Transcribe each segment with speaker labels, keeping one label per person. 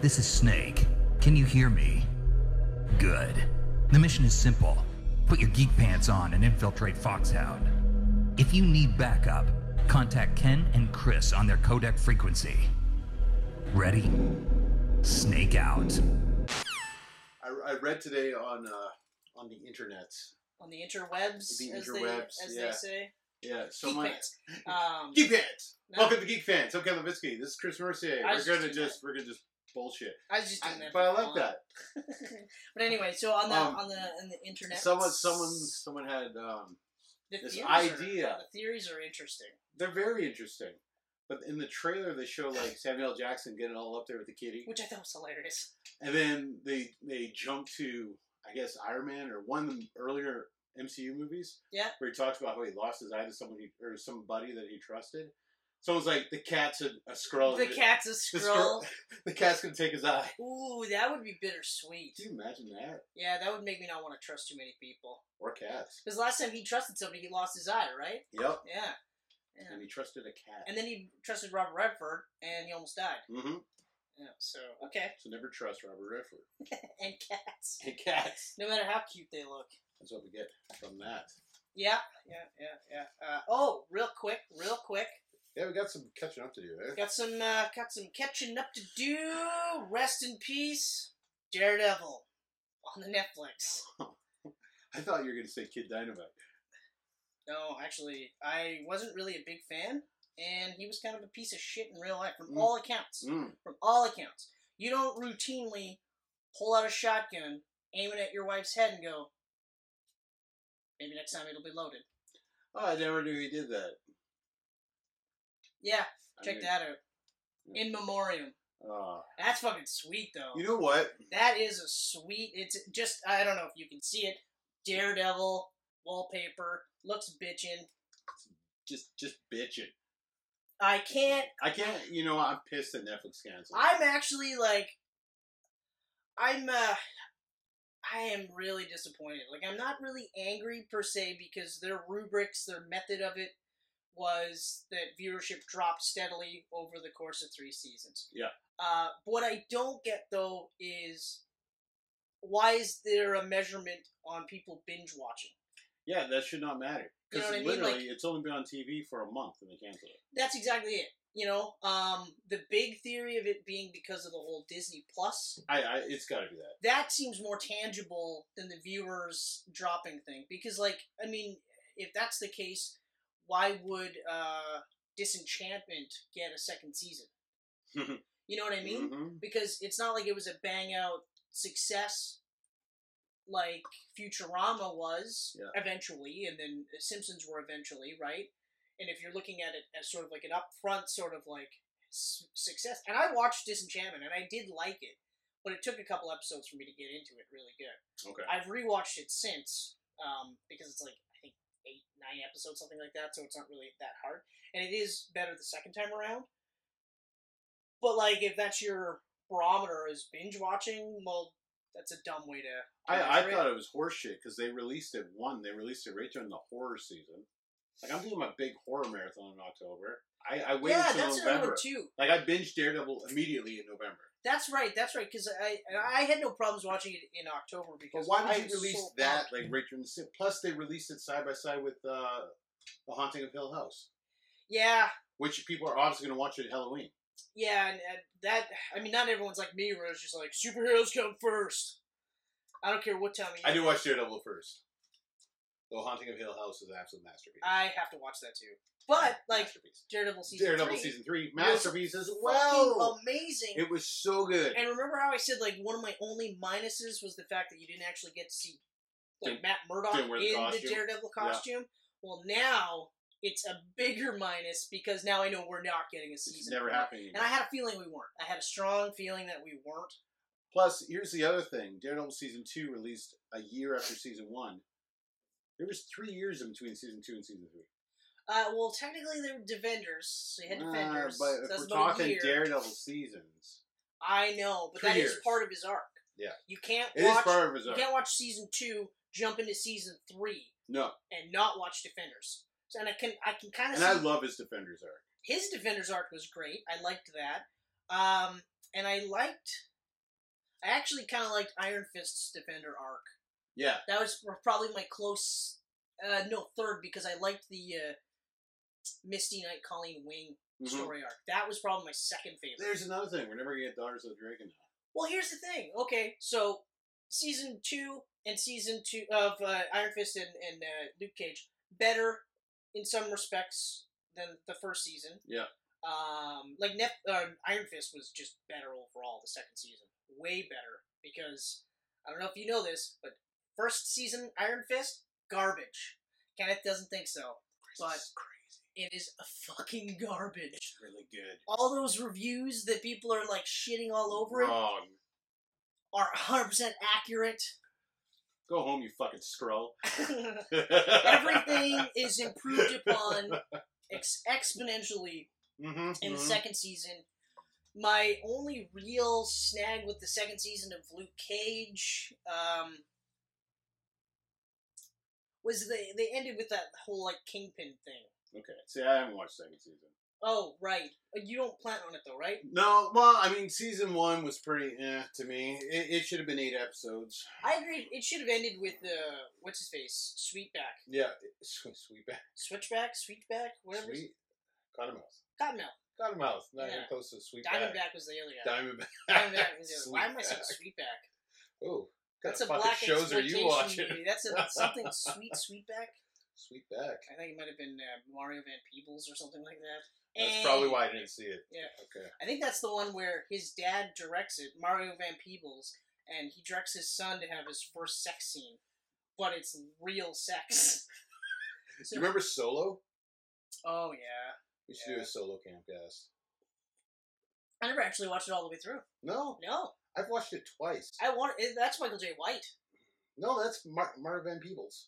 Speaker 1: This is Snake. Can you hear me? Good. The mission is simple put your geek pants on and infiltrate Foxhound. If you need backup, contact Ken and Chris on their codec frequency. Ready? Snake out.
Speaker 2: I, I read today on uh, on the internet.
Speaker 3: on the interwebs,
Speaker 2: The
Speaker 3: as
Speaker 2: interwebs,
Speaker 3: they as
Speaker 2: yeah.
Speaker 3: they say.
Speaker 2: Yeah, so
Speaker 3: Geek
Speaker 2: my
Speaker 3: fans. Um,
Speaker 2: geek fans.
Speaker 3: no,
Speaker 2: Welcome to Geek Fans. I'm Ken Levitsky. This is Chris Mercier.
Speaker 3: I
Speaker 2: We're
Speaker 3: was
Speaker 2: gonna
Speaker 3: just
Speaker 2: just we're
Speaker 3: doing
Speaker 2: gonna just bullshit.
Speaker 3: I was just doing
Speaker 2: I-
Speaker 3: that,
Speaker 2: but I
Speaker 3: for
Speaker 2: like
Speaker 3: fun.
Speaker 2: that.
Speaker 3: but anyway, so on the
Speaker 2: Um,
Speaker 3: on the on the internet,
Speaker 2: Someone someone someone had um,
Speaker 3: the
Speaker 2: this
Speaker 3: theories
Speaker 2: idea.
Speaker 3: Are, uh, the theories are interesting.
Speaker 2: they're very interesting. But in the trailer they show like Samuel L. Jackson getting all up there with the kitty.
Speaker 3: which I thought was hilarious.
Speaker 2: And then they they jump to I guess Iron Man or one of the earlier MCU movies.
Speaker 3: Yeah.
Speaker 2: Where he talks about how he lost his eye to someone he, or somebody that he trusted. Someone's like the cat's a, a scroll.
Speaker 3: the cat's a
Speaker 2: the,
Speaker 3: scroll.
Speaker 2: Skrull- the cat's gonna take his eye.
Speaker 3: Ooh, that would be bittersweet.
Speaker 2: Can you imagine that?
Speaker 3: Yeah, that would make me not want to trust too many people.
Speaker 2: Or cats.
Speaker 3: Because last time he trusted somebody, he lost his eye, right?
Speaker 2: Yep.
Speaker 3: Yeah. yeah.
Speaker 2: And he trusted a cat.
Speaker 3: And then he trusted Robert Redford, and he almost died.
Speaker 2: mm-hmm.
Speaker 3: Yeah. So okay,
Speaker 2: So never trust Robert Redford.
Speaker 3: and cats,
Speaker 2: And cats.
Speaker 3: no matter how cute they look.
Speaker 2: That's what we get from that.
Speaker 3: Yeah, yeah, yeah, yeah. Uh, oh, real quick, real quick.
Speaker 2: Yeah, we got some catching up to do eh? there.
Speaker 3: Got some, uh, got some catching up to do. Rest in peace, Daredevil, on the Netflix.
Speaker 2: I thought you were gonna say Kid Dynamite.
Speaker 3: No, actually, I wasn't really a big fan, and he was kind of a piece of shit in real life, from
Speaker 2: Mm.
Speaker 3: all accounts.
Speaker 2: Mm.
Speaker 3: From all accounts, you don't routinely pull out a shotgun, aim it at your wife's head, and go, "Maybe next time it'll be loaded."
Speaker 2: Oh, I never knew he did that.
Speaker 3: Yeah,
Speaker 2: I
Speaker 3: check
Speaker 2: mean,
Speaker 3: that out. In memoriam.
Speaker 2: uh,
Speaker 3: That's fucking sweet, though.
Speaker 2: you know what?
Speaker 3: That is a sweet. It's just I don't know if you can see it. Daredevil wallpaper looks bitchin'.
Speaker 2: Just just bitching.
Speaker 3: I can't.
Speaker 2: I can't. You know, I'm pissed that Netflix canceled.
Speaker 3: I'm actually like, I'm. uh I am really disappointed. Like I'm not really angry per se because their rubrics, their method of it was that viewership dropped steadily over the course of three seasons.
Speaker 2: Yeah.
Speaker 3: Uh, what I don't get though is why is there a measurement on people binge watching?
Speaker 2: yeah, that should not matter
Speaker 3: You
Speaker 2: because
Speaker 3: know what I mean?
Speaker 2: literally,
Speaker 3: Like-
Speaker 2: it's only been on TV for a month and they canceled it.
Speaker 3: that's exactly it. You know, um, the big theory of it being because of the whole Disney Plus,
Speaker 2: I, I it's got to be that.
Speaker 3: that seems more tangible than the viewers dropping thing. Because, like, I mean, if that's the case, why would uh, Disenchantment get a second season? you know what I mean?
Speaker 2: Mhm.
Speaker 3: Because it's not like it was a bang out success like Futurama was
Speaker 2: Yeah.
Speaker 3: eventually, and then The Simpsons were eventually, right? And if you're looking at it as sort of like an upfront sort of like s- success, and I watched Disenchantment and I did like it, but it took a couple episodes for me to get into it really good.
Speaker 2: Okay.
Speaker 3: I've rewatched it since um, because it's like I think eight, nine episodes, something like that. So it's not really that hard, and it is better the second time around. But like, if that's your barometer is binge watching, well, that's a dumb way to.
Speaker 2: I, I
Speaker 3: measure
Speaker 2: thought it was horseshit because they released it one. They released it right during the horror season. Like I'm doing my big horror marathon in October. I, I waited
Speaker 3: yeah,
Speaker 2: till
Speaker 3: that's another
Speaker 2: November.
Speaker 3: one too.
Speaker 2: Like I binged Daredevil immediately in November.
Speaker 3: That's right. That's right. Because I and I had no problems watching it in October
Speaker 2: But
Speaker 3: because
Speaker 2: why
Speaker 3: I
Speaker 2: did
Speaker 3: was
Speaker 2: you release
Speaker 3: so
Speaker 2: that
Speaker 3: pumped.
Speaker 2: like right during the si- Plus, they released it side by side with uh, the Haunting of Hill House,
Speaker 3: Yeah,
Speaker 2: which people are obviously going to watch at Halloween.
Speaker 3: yeah, and, and that. I mean, not everyone's like me, where it's just like superheroes come first. I don't care what time of year.
Speaker 2: I do watch Daredevil first. The Haunting of Hill House is an absolute masterpiece.
Speaker 3: I have to watch that too. Uh, But like
Speaker 2: masterpiece.
Speaker 3: Daredeville season
Speaker 2: Daredevil
Speaker 3: three,
Speaker 2: season three,
Speaker 3: was
Speaker 2: masterpiece as
Speaker 3: fucking
Speaker 2: well.
Speaker 3: amazing.
Speaker 2: It was so good.
Speaker 3: and remember how I said like one of my only minuses was the fact that you didn't actually get to see like
Speaker 2: Didn't-
Speaker 3: Matt Murdock
Speaker 2: didn't wear the
Speaker 3: in the
Speaker 2: costume.
Speaker 3: Daredevil
Speaker 2: Yeah.
Speaker 3: costume. Well, now it's a bigger minus because now I know we're not getting a
Speaker 2: It's
Speaker 3: season.
Speaker 2: never
Speaker 3: four.
Speaker 2: happening.
Speaker 3: And I had a feeling we weren't. I had a strong feeling that we weren't.
Speaker 2: Plus, here's the other thing: Daredevil season two released a year after season one. There was three years in between season two and season three.
Speaker 3: Uh, well, technically they were Defenders, so you had
Speaker 2: Ah,
Speaker 3: Defenders.
Speaker 2: but
Speaker 3: so
Speaker 2: if
Speaker 3: that's
Speaker 2: we're
Speaker 3: about a
Speaker 2: talking
Speaker 3: year.
Speaker 2: Daredevil seasons,
Speaker 3: I know, but
Speaker 2: Three
Speaker 3: that is
Speaker 2: years.
Speaker 3: part of his arc.
Speaker 2: Yeah.
Speaker 3: you can't
Speaker 2: it is
Speaker 3: watch
Speaker 2: far
Speaker 3: You
Speaker 2: bizarre.
Speaker 3: can't watch season two, jump into season three,
Speaker 2: No,
Speaker 3: and not watch Defenders. So, and I can I can kind of
Speaker 2: and
Speaker 3: see
Speaker 2: I love his Defenders arc.
Speaker 3: his Defenders arc was great. I liked that, um, and I liked I actually kind of liked Iron Fist's Defender arc.
Speaker 2: Yeah,
Speaker 3: That was probably my close, uh, no third because I liked the uh, Misty Knight Colleen Wing
Speaker 2: Mhm.
Speaker 3: story arc. That was probably my second favorite.
Speaker 2: There's another thing. We're never gonna get Daughters of the Dragon now.
Speaker 3: Well, here's the thing. Okay, so season two and season two of uh, Iron Fist and, and uh, Luke Cage better in some respects than the first season.
Speaker 2: Yeah.
Speaker 3: Um, like Nef- uh, Iron Fist was just better overall the second season, way better because I don't know if you know this, but first season Iron Fist garbage. Kenneth doesn't think so, but
Speaker 2: It's crazy.
Speaker 3: it is a fucking garbage.
Speaker 2: Really good.
Speaker 3: All those reviews that people are like shitting all over it
Speaker 2: Wrong.
Speaker 3: are 100% accurate.
Speaker 2: Go home, you fucking scroll.
Speaker 3: Everything is improved upon ex- exponentially
Speaker 2: Mm-hmm.
Speaker 3: in the second season. My only real snag with the second season of Luke Cage um, was they they ended with that whole like kingpin thing.
Speaker 2: Okay. See, I haven't watched second season.
Speaker 3: Oh right, you don't plan on it though, right?
Speaker 2: No, well, I mean, season one was pretty eh to me. It, it should have been eight episodes.
Speaker 3: I agree. It should have ended with uh, what's his face, Sweetback,
Speaker 2: Yeah, sweet, sweet back,
Speaker 3: Switchback, Sweetback, whatever. his-
Speaker 2: sweet. Cottonmouth.
Speaker 3: Cottonmouth,
Speaker 2: Cottonmouth. Not even
Speaker 3: Yeah.
Speaker 2: close to sweet back.
Speaker 3: Diamondback was the other guy.
Speaker 2: Diamondback.
Speaker 3: Diamondback was the other. Why am I saying
Speaker 2: Sweetback.
Speaker 3: Sweetback?
Speaker 2: Oh, what
Speaker 3: That's a
Speaker 2: kind of fucking
Speaker 3: black
Speaker 2: shows are you watching?
Speaker 3: exploitation movie. That's a, something sweet Sweetback.
Speaker 2: Sweet back.
Speaker 3: I think it might have been uh, Mario Van Peebles or something like that.
Speaker 2: That's
Speaker 3: And
Speaker 2: probably why I didn't see it.
Speaker 3: Yeah.
Speaker 2: Okay.
Speaker 3: I think that's the one where his dad directs it, Mario Van Peebles, and he directs his son to have his first sex scene, but it's real sex.
Speaker 2: Do you remember Solo?
Speaker 3: Oh yeah,
Speaker 2: We should do a Solo campcast.
Speaker 3: I never actually watched it all the way through.
Speaker 2: No,
Speaker 3: No,
Speaker 2: I've watched it twice.
Speaker 3: I want it, that's Michael J. White.
Speaker 2: No, that's Mar- Mark Van Peebles.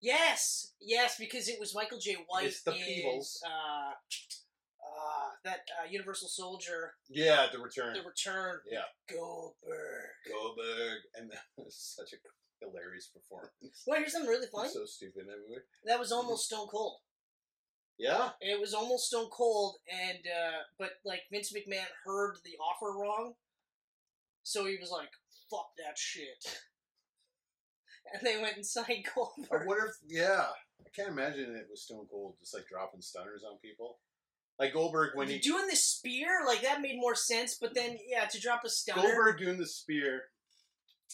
Speaker 3: Yes, yes, because it was Michael J. White.
Speaker 2: It's the
Speaker 3: in,
Speaker 2: Peebles.
Speaker 3: Uh, uh, that uh, Universal Soldier,
Speaker 2: Yeah, The Return.
Speaker 3: The Return.
Speaker 2: yeah,
Speaker 3: Goldberg.
Speaker 2: Goldberg, and that was such a hilarious performance.
Speaker 3: Well, here's something really funny.
Speaker 2: It's Mm-hmm. so stupid in that movie.
Speaker 3: That was almost Stone Cold.
Speaker 2: Yeah,
Speaker 3: It was almost Stone Cold, and uh, but like Vince McMahon heard the offer wrong, so he was like, "Fuck that shit," and they went and signed
Speaker 2: I
Speaker 3: Goldberg.
Speaker 2: wonder if yeah. I can't imagine it was Stone Cold just like dropping stunners on people, like Goldberg when he
Speaker 3: doing the spear like that made more sense, but then yeah, to drop a stunner.
Speaker 2: Goldberg doing the spear,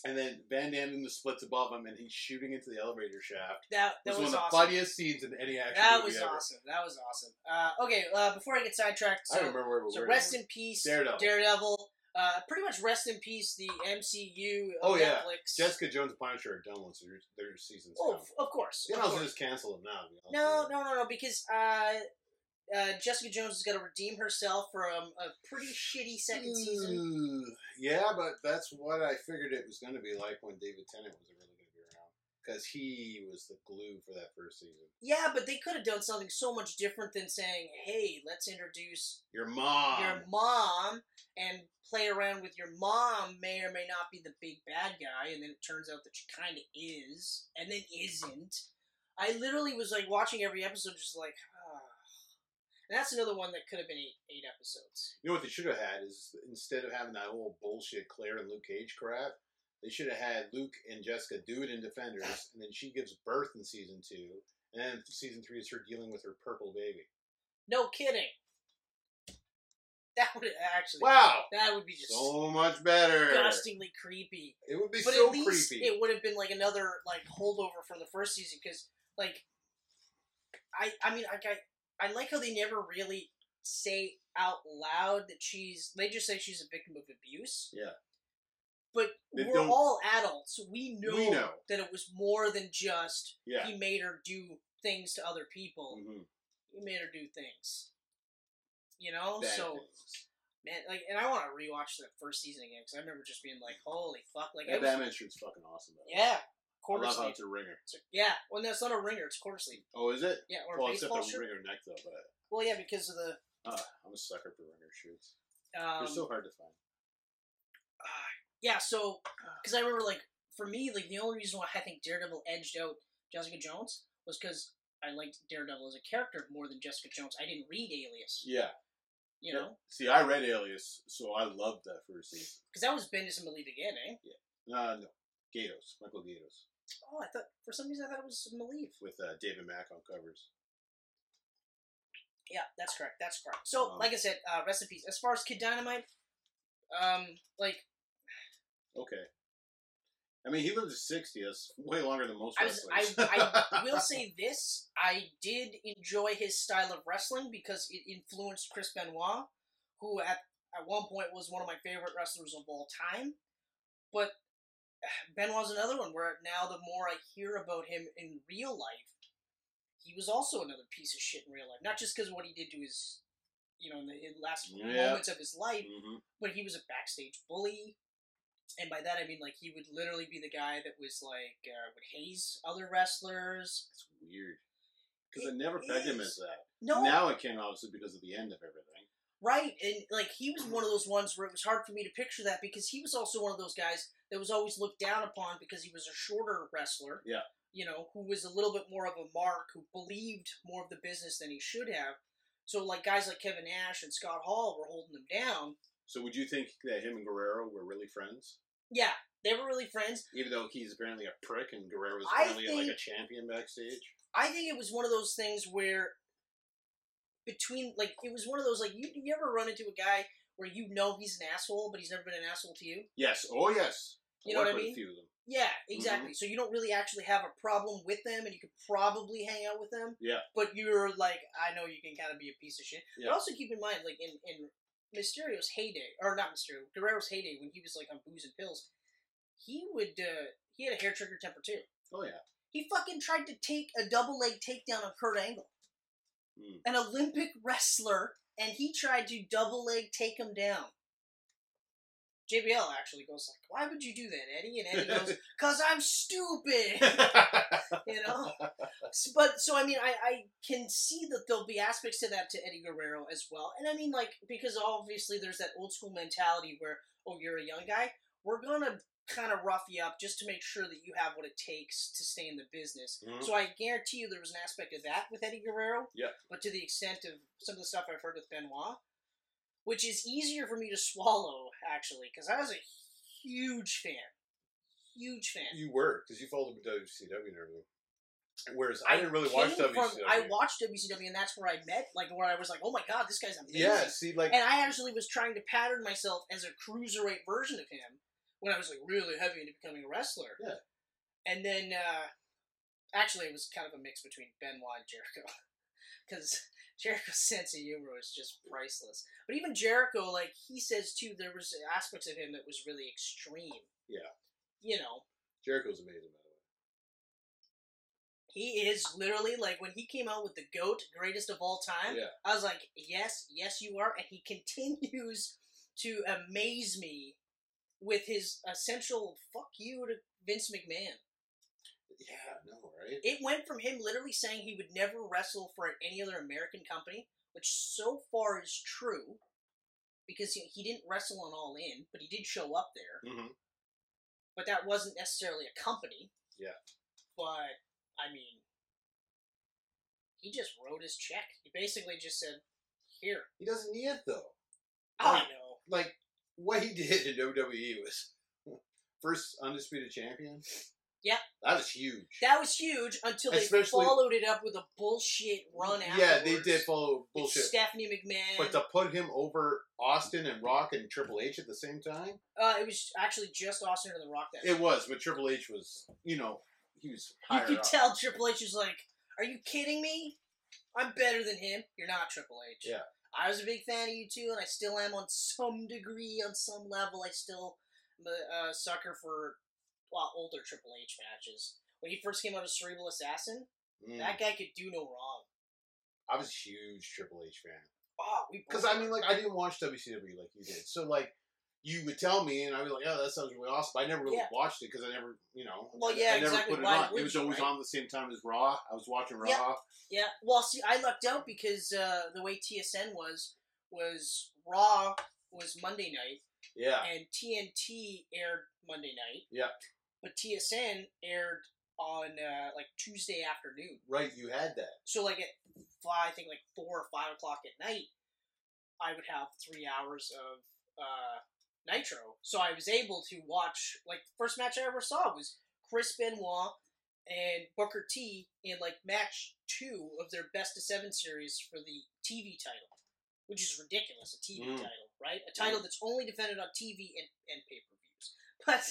Speaker 2: and then Van Damme doing the splits above him, and he's shooting into the elevator shaft.
Speaker 3: That that
Speaker 2: It was, one
Speaker 3: was,
Speaker 2: of the
Speaker 3: awesome.
Speaker 2: funniest scenes in any action
Speaker 3: That
Speaker 2: movie
Speaker 3: was
Speaker 2: ever.
Speaker 3: awesome. That was awesome. Uh, okay, uh, before I get sidetracked,
Speaker 2: I don't
Speaker 3: so,
Speaker 2: remember where we
Speaker 3: so
Speaker 2: were.
Speaker 3: rest in peace,
Speaker 2: Daredevil.
Speaker 3: Uh, pretty much rest in peace, the MCU. Of
Speaker 2: Oh, yeah.
Speaker 3: uh, Netflix.
Speaker 2: Jessica Jones and Punisher are done once their, their season's
Speaker 3: Oh,
Speaker 2: done.
Speaker 3: of- of course.
Speaker 2: You
Speaker 3: of
Speaker 2: know, I was
Speaker 3: course.
Speaker 2: gonna just cancel them now. to be honest
Speaker 3: No,
Speaker 2: with you.
Speaker 3: no, no, no, because uh, uh, Jessica Jones is going to redeem herself from a pretty shitty second
Speaker 2: Mm.
Speaker 3: season.
Speaker 2: Ooh, Hmm. Yeah, but that's what I figured it was going to be like when David Tennant was really going to be around because he was the glue for that first season.
Speaker 3: Yeah, but they could have done something so much different than saying, hey, let's introduce
Speaker 2: Your mom.
Speaker 3: your mom and play around with your mom may or may not be the big bad guy, and then it turns out that she kind of is, and then isn't. I literally was like watching every episode, just like, ah. And that's another one that could have been eight, eight episodes.
Speaker 2: You know what they should have had is instead of having that whole bullshit Claire and Luke Cage crap, they should have had Luke and Jessica do it in Defenders, and then she gives birth in season two, and then season three is her dealing with her purple baby.
Speaker 3: No kidding. That would actually.
Speaker 2: Wow,
Speaker 3: That would be just
Speaker 2: so much better.
Speaker 3: disgustingly creepy.
Speaker 2: It would be
Speaker 3: But
Speaker 2: so
Speaker 3: at least
Speaker 2: creepy.
Speaker 3: it would have been like another like holdover from the first season because like I I mean like I I like how they never really say out loud that she's they just say she's a victim of abuse.
Speaker 2: Yeah.
Speaker 3: But
Speaker 2: They
Speaker 3: we're
Speaker 2: don't-
Speaker 3: all adults. We know,
Speaker 2: We know.
Speaker 3: that it was more than just
Speaker 2: yeah.
Speaker 3: he made her do things to other people.
Speaker 2: Mhm.
Speaker 3: He made her do things. You know,
Speaker 2: Bad
Speaker 3: so
Speaker 2: things.
Speaker 3: man, like, and I want to rewatch that first season again because I remember just being like, "Holy fuck!" Like, I
Speaker 2: that
Speaker 3: was,
Speaker 2: Batman shirt's fucking awesome. Though.
Speaker 3: yeah,
Speaker 2: I
Speaker 3: quarter
Speaker 2: love how
Speaker 3: sleeve.
Speaker 2: it's a ringer.
Speaker 3: It's a- Yeah, well, that's not a ringer; it's quarter sleeve.
Speaker 2: Oh, is it?
Speaker 3: Yeah, or a
Speaker 2: Well, except
Speaker 3: baseball
Speaker 2: the
Speaker 3: shirt.
Speaker 2: ringer neck though, but
Speaker 3: Well, yeah, because of the.
Speaker 2: uh, I'm a sucker for ringer shirts.
Speaker 3: Um, uh,
Speaker 2: They're so hard to find.
Speaker 3: yeah, so
Speaker 2: Ah.
Speaker 3: because I remember, like, for me, like the only reason why I think Daredevil edged out Jessica Jones was because I liked Daredevil as a character more than Jessica Jones. I didn't read Alias,
Speaker 2: Yeah,
Speaker 3: You know,
Speaker 2: See, I read Alias, so I loved that first season.
Speaker 3: because that was Bendis and Malik again, eh?
Speaker 2: Uh, no, Gatos, Michael Gatos,
Speaker 3: Oh, I thought for some reason I thought it was Malik.
Speaker 2: with uh, David Mack on covers.
Speaker 3: Yeah, that's correct. That's correct. So,
Speaker 2: Um,
Speaker 3: like I said, uh, rest in peace. As far as Kid Dynamite, um, like
Speaker 2: Okay. I mean, he lived to 60. That's way longer than most
Speaker 3: I was-
Speaker 2: wrestlers.
Speaker 3: I- will say this, I did enjoy his style of wrestling because it influenced Chris Benoit, who at at one point was one of my favorite wrestlers of all time. But Benoit's another one where now the more I hear about him in real life, he was also another piece of shit in real life. Not just because of what he did to his, you know, in the in last
Speaker 2: Yeah.
Speaker 3: moments of his life,
Speaker 2: hmm
Speaker 3: but he was a backstage bully. And by that I mean like he would literally be the guy that was like uh, would haze other wrestlers.
Speaker 2: It's weird. Because I never pegged him as
Speaker 3: is.
Speaker 2: that.
Speaker 3: No,
Speaker 2: Now it came obviously because of the end of everything.
Speaker 3: right? And like he was one of those ones where it was hard for me to picture that because he was also one of those guys that was always looked down upon because he was a shorter wrestler.
Speaker 2: Yeah.
Speaker 3: you know, who was a little bit more of a mark, who believed more of the business than he should have. So like guys like Kevin Nash and Scott Hall were holding him down.
Speaker 2: So would you think that him and Guerrero were really friends?
Speaker 3: Yeah, they were really friends.
Speaker 2: Even though he's apparently a prick and Guerrero's
Speaker 3: I
Speaker 2: apparently like a
Speaker 3: think-
Speaker 2: champion backstage?
Speaker 3: I think it was one of those things where between like it was one of those like you you ever run into a guy where you know he's an asshole but he's never been an asshole to you.
Speaker 2: Yes. Oh, yes.
Speaker 3: You know what I
Speaker 2: worked with
Speaker 3: mean?
Speaker 2: a few of them.
Speaker 3: Yeah,
Speaker 2: Mm-hmm.
Speaker 3: exactly. So you don't really actually have a problem with them, and you could probably hang out with them.
Speaker 2: Yeah.
Speaker 3: But you're like, I know you can kind of be a piece of shit.
Speaker 2: Yeah.
Speaker 3: But also keep in mind, like in in Mysterio's heyday, or not Mysterio, Guerrero's heyday when he was like on booze and pills, he would uh he had a hair trigger temper too.
Speaker 2: Oh, yeah.
Speaker 3: He fucking tried to take a double leg takedown on Kurt Angle,
Speaker 2: Mm.
Speaker 3: an Olympic wrestler, and he tried to double leg take him down. JBL actually goes like, "Why would you do that, Eddie?" And Eddie goes, "Cause I'm stupid,"
Speaker 2: Oh,
Speaker 3: you know. S- But so I mean, I I can see that there'll be aspects to that to Eddie Guerrero as well, and I mean like because obviously there's that old school mentality where oh you're a young guy, we're gonna kind of rough you up just to make sure that you have what it takes to stay in the business.
Speaker 2: Mhm.
Speaker 3: So I guarantee you there was an aspect of that with Eddie Guerrero.
Speaker 2: Yeah.
Speaker 3: But to the extent of some of the stuff I've heard with Benoit, which is easier for me to swallow actually, because I was a huge fan, huge fan.
Speaker 2: You were, because you followed him with WCW and everything. Whereas I, didn't really
Speaker 3: came
Speaker 2: watch
Speaker 3: from-
Speaker 2: WCW.
Speaker 3: I watched WCW, and that's where I met, like, where I was like, "Oh my god, this guy's amazing!"
Speaker 2: yeah, see, like,
Speaker 3: And I actually was trying to pattern myself as a cruiserweight version of him when I was like really heavy into becoming a wrestler.
Speaker 2: Yeah.
Speaker 3: And then, uh, actually, it was kind of a mix between Benoit and Jericho, because Jericho's sense of humor was just priceless. But even Jericho, like he says too, there was aspects of him that was really extreme.
Speaker 2: Yeah.
Speaker 3: You know,
Speaker 2: Jericho's amazing, by the way.
Speaker 3: He is literally like when he came out with the goat, greatest of all time.
Speaker 2: Yeah.
Speaker 3: I was like, yes, yes, you are, and he continues to amaze me with his essential "fuck you" to Vince McMahon.
Speaker 2: Yeah, no, right?
Speaker 3: It went from him literally saying he would never wrestle for any other American company, which so far is true, because he, he didn't wrestle on All In, but he did show up there.
Speaker 2: Mm-hmm.
Speaker 3: but that wasn't necessarily a company.
Speaker 2: Yeah.
Speaker 3: But I mean, he just wrote his check. He basically just said, "Here,
Speaker 2: He doesn't need it though.
Speaker 3: I
Speaker 2: Right.
Speaker 3: know."
Speaker 2: Like what he did in WWE was first undisputed champion.
Speaker 3: Yeah.
Speaker 2: that was huge.
Speaker 3: That was huge until they
Speaker 2: Especially-
Speaker 3: followed it up with a bullshit run.
Speaker 2: yeah, they
Speaker 3: afterwards
Speaker 2: did follow
Speaker 3: with
Speaker 2: bullshit.
Speaker 3: Stephanie McMahon.
Speaker 2: But to put him over Austin and Rock and Triple H at the same time,
Speaker 3: uh, it was actually just Austin and The Rock that.
Speaker 2: it was. But Triple H was, you know, he was
Speaker 3: you
Speaker 2: higher
Speaker 3: could
Speaker 2: up.
Speaker 3: tell Triple H was like, "Are you kidding me? I'm better than him. You're not Triple H."
Speaker 2: Yeah.
Speaker 3: I was a big fan of you too, and I still am on some degree, on some level. I still am a uh, sucker for well, older Triple H matches. When he first came out as Cerebral Assassin,
Speaker 2: Mm.
Speaker 3: that guy could do no wrong.
Speaker 2: I was a huge Triple H fan.
Speaker 3: Oh, we
Speaker 2: Because I mean, like, I didn't watch WCW like you did, so like, you would tell me, and I'd be like, "Oh, that sounds really awesome." But I never really
Speaker 3: Yeah.
Speaker 2: watched it because I never, you know,
Speaker 3: Well,
Speaker 2: I-
Speaker 3: yeah,
Speaker 2: I never
Speaker 3: exactly.
Speaker 2: put it
Speaker 3: Why
Speaker 2: on.
Speaker 3: would
Speaker 2: It was
Speaker 3: you,
Speaker 2: always
Speaker 3: right?
Speaker 2: on the same time as Raw. I was watching Raw.
Speaker 3: Yeah. Yeah. Well, see, I lucked out because uh, the way TSN was was Raw was Monday night,
Speaker 2: Yeah,
Speaker 3: and TNT aired Monday night.
Speaker 2: Yeah.
Speaker 3: But TSN aired on uh, like Tuesday afternoon.
Speaker 2: right. You had that.
Speaker 3: So like at five, I think like four or five o'clock at night, I would have three hours of uh, Nitro. So I was able to watch, like, the first match I ever saw was Chris Benoit and Booker T in, like, match two of their best of seven series for the TV title, which is ridiculous a TV
Speaker 2: Mm.
Speaker 3: title, right? A title that's only defended on TV and, and pay per views. But.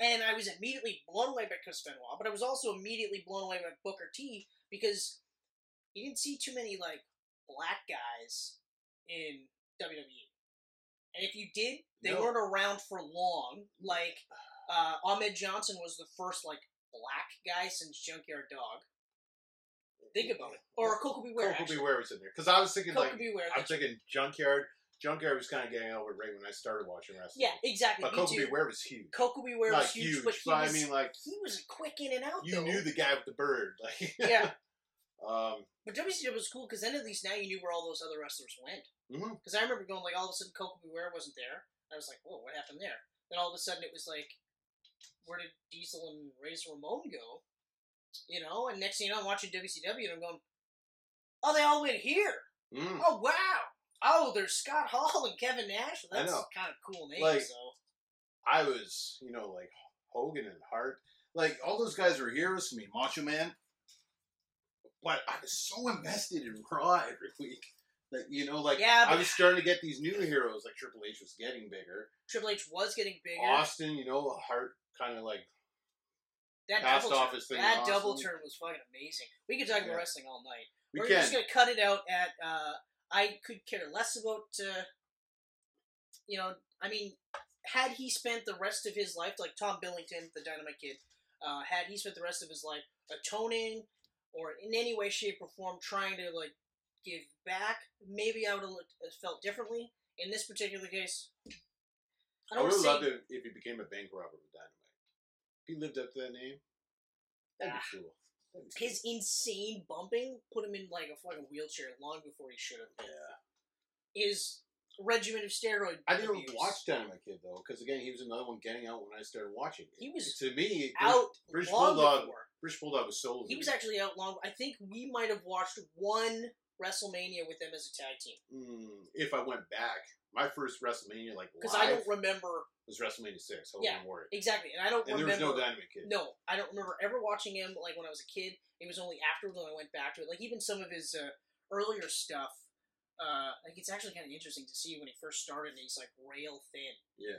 Speaker 3: And I was immediately blown away by Chris Benoit, but I was also immediately blown away by Booker T because you didn't see too many like black guys in WWE. And if you did, they
Speaker 2: No.
Speaker 3: weren't around for long. Like uh, Ahmed Johnson was the first like black guy since Junkyard Dog. Think about it. Or Coco Beware.
Speaker 2: Coco
Speaker 3: actually.
Speaker 2: Beware was in there because I was thinking
Speaker 3: Coco
Speaker 2: like
Speaker 3: Beware.
Speaker 2: I'm thinking Junkyard. Junkyard was kind of getting over right when I started watching wrestling.
Speaker 3: Yeah, exactly.
Speaker 2: but
Speaker 3: Me
Speaker 2: Coco
Speaker 3: too.
Speaker 2: Beware was huge.
Speaker 3: Coco Beware
Speaker 2: Not
Speaker 3: was huge,
Speaker 2: huge,
Speaker 3: but
Speaker 2: but,
Speaker 3: he was,
Speaker 2: I mean like
Speaker 3: he was quick in and out.
Speaker 2: you
Speaker 3: though.
Speaker 2: knew the guy with the bird. Like
Speaker 3: yeah,
Speaker 2: um,
Speaker 3: but WCW was cool because then at least now you knew where all those other wrestlers went.
Speaker 2: mhm.
Speaker 3: Because I remember going like all of a sudden Coco Beware wasn't there. I was like, whoa, what happened there? Then all of a sudden it was like, where did Diesel and Razor Ramon go? You know, and next thing you know, I'm watching WCW and I'm going, oh, they all went here.
Speaker 2: Mm.
Speaker 3: Oh wow. Oh, there's Scott Hall and Kevin Nash.
Speaker 2: I
Speaker 3: That's
Speaker 2: know.
Speaker 3: kind of cool names
Speaker 2: Like-
Speaker 3: though.
Speaker 2: I was, you know, like Hogan and Hart. Like all those guys were heroes to me, Macho Man. But I was so invested in Raw every week that you know, like
Speaker 3: Yeah,
Speaker 2: I
Speaker 3: but-
Speaker 2: was starting to get these new heroes. Like Triple H was getting bigger.
Speaker 3: Triple H was getting bigger.
Speaker 2: Austin, you know, Hart kind of like
Speaker 3: that
Speaker 2: passed
Speaker 3: double
Speaker 2: off
Speaker 3: turn,
Speaker 2: his thing
Speaker 3: that
Speaker 2: to
Speaker 3: double
Speaker 2: Austin.
Speaker 3: turn was fucking amazing. We could talk
Speaker 2: Yeah.
Speaker 3: about wrestling all night.
Speaker 2: we
Speaker 3: We're
Speaker 2: can.
Speaker 3: just gonna cut it out at. Uh, I could care less about. Uh, you know, I mean, had he spent the rest of his life like Tom Billington, the Dynamite Kid, uh, had he spent the rest of his life atoning or in any way, shape, or form trying to like give back, maybe I would have felt differently. In this particular case, I
Speaker 2: I
Speaker 3: don't
Speaker 2: would have
Speaker 3: say
Speaker 2: loved it if he became a bank robber with Dynamite. If he lived up to that name, that'd
Speaker 3: Ah.
Speaker 2: be cool. That'd be
Speaker 3: his insane bumping put him in like a fucking wheelchair long before he should have
Speaker 2: cool.
Speaker 3: been.
Speaker 2: yeah.
Speaker 3: His regiment of steroid.
Speaker 2: I didn't
Speaker 3: abuse.
Speaker 2: watch Dynamite Kid though, because again, he was another one getting out when I started watching. it.
Speaker 3: He was
Speaker 2: to me
Speaker 3: out
Speaker 2: British
Speaker 3: long
Speaker 2: Bulldog.
Speaker 3: before.
Speaker 2: British Bulldog was sold.
Speaker 3: He was actually out long. I think we might have watched one WrestleMania with them as a tag team
Speaker 2: Mm, if I went back, my first WrestleMania like
Speaker 3: because
Speaker 2: live
Speaker 3: I don't remember
Speaker 2: was WrestleMania six. Hogan
Speaker 3: Yeah.
Speaker 2: and Warrior,
Speaker 3: exactly, and I don't
Speaker 2: and there
Speaker 3: remember.
Speaker 2: was no Dynamite Kid.
Speaker 3: No, I don't remember ever watching him like when I was a kid. It was only afterwards when I went back to it. Like even some of his uh, earlier stuff, uh, like it's actually kind of interesting to see when he first started. and He's like rail thin.
Speaker 2: Yeah.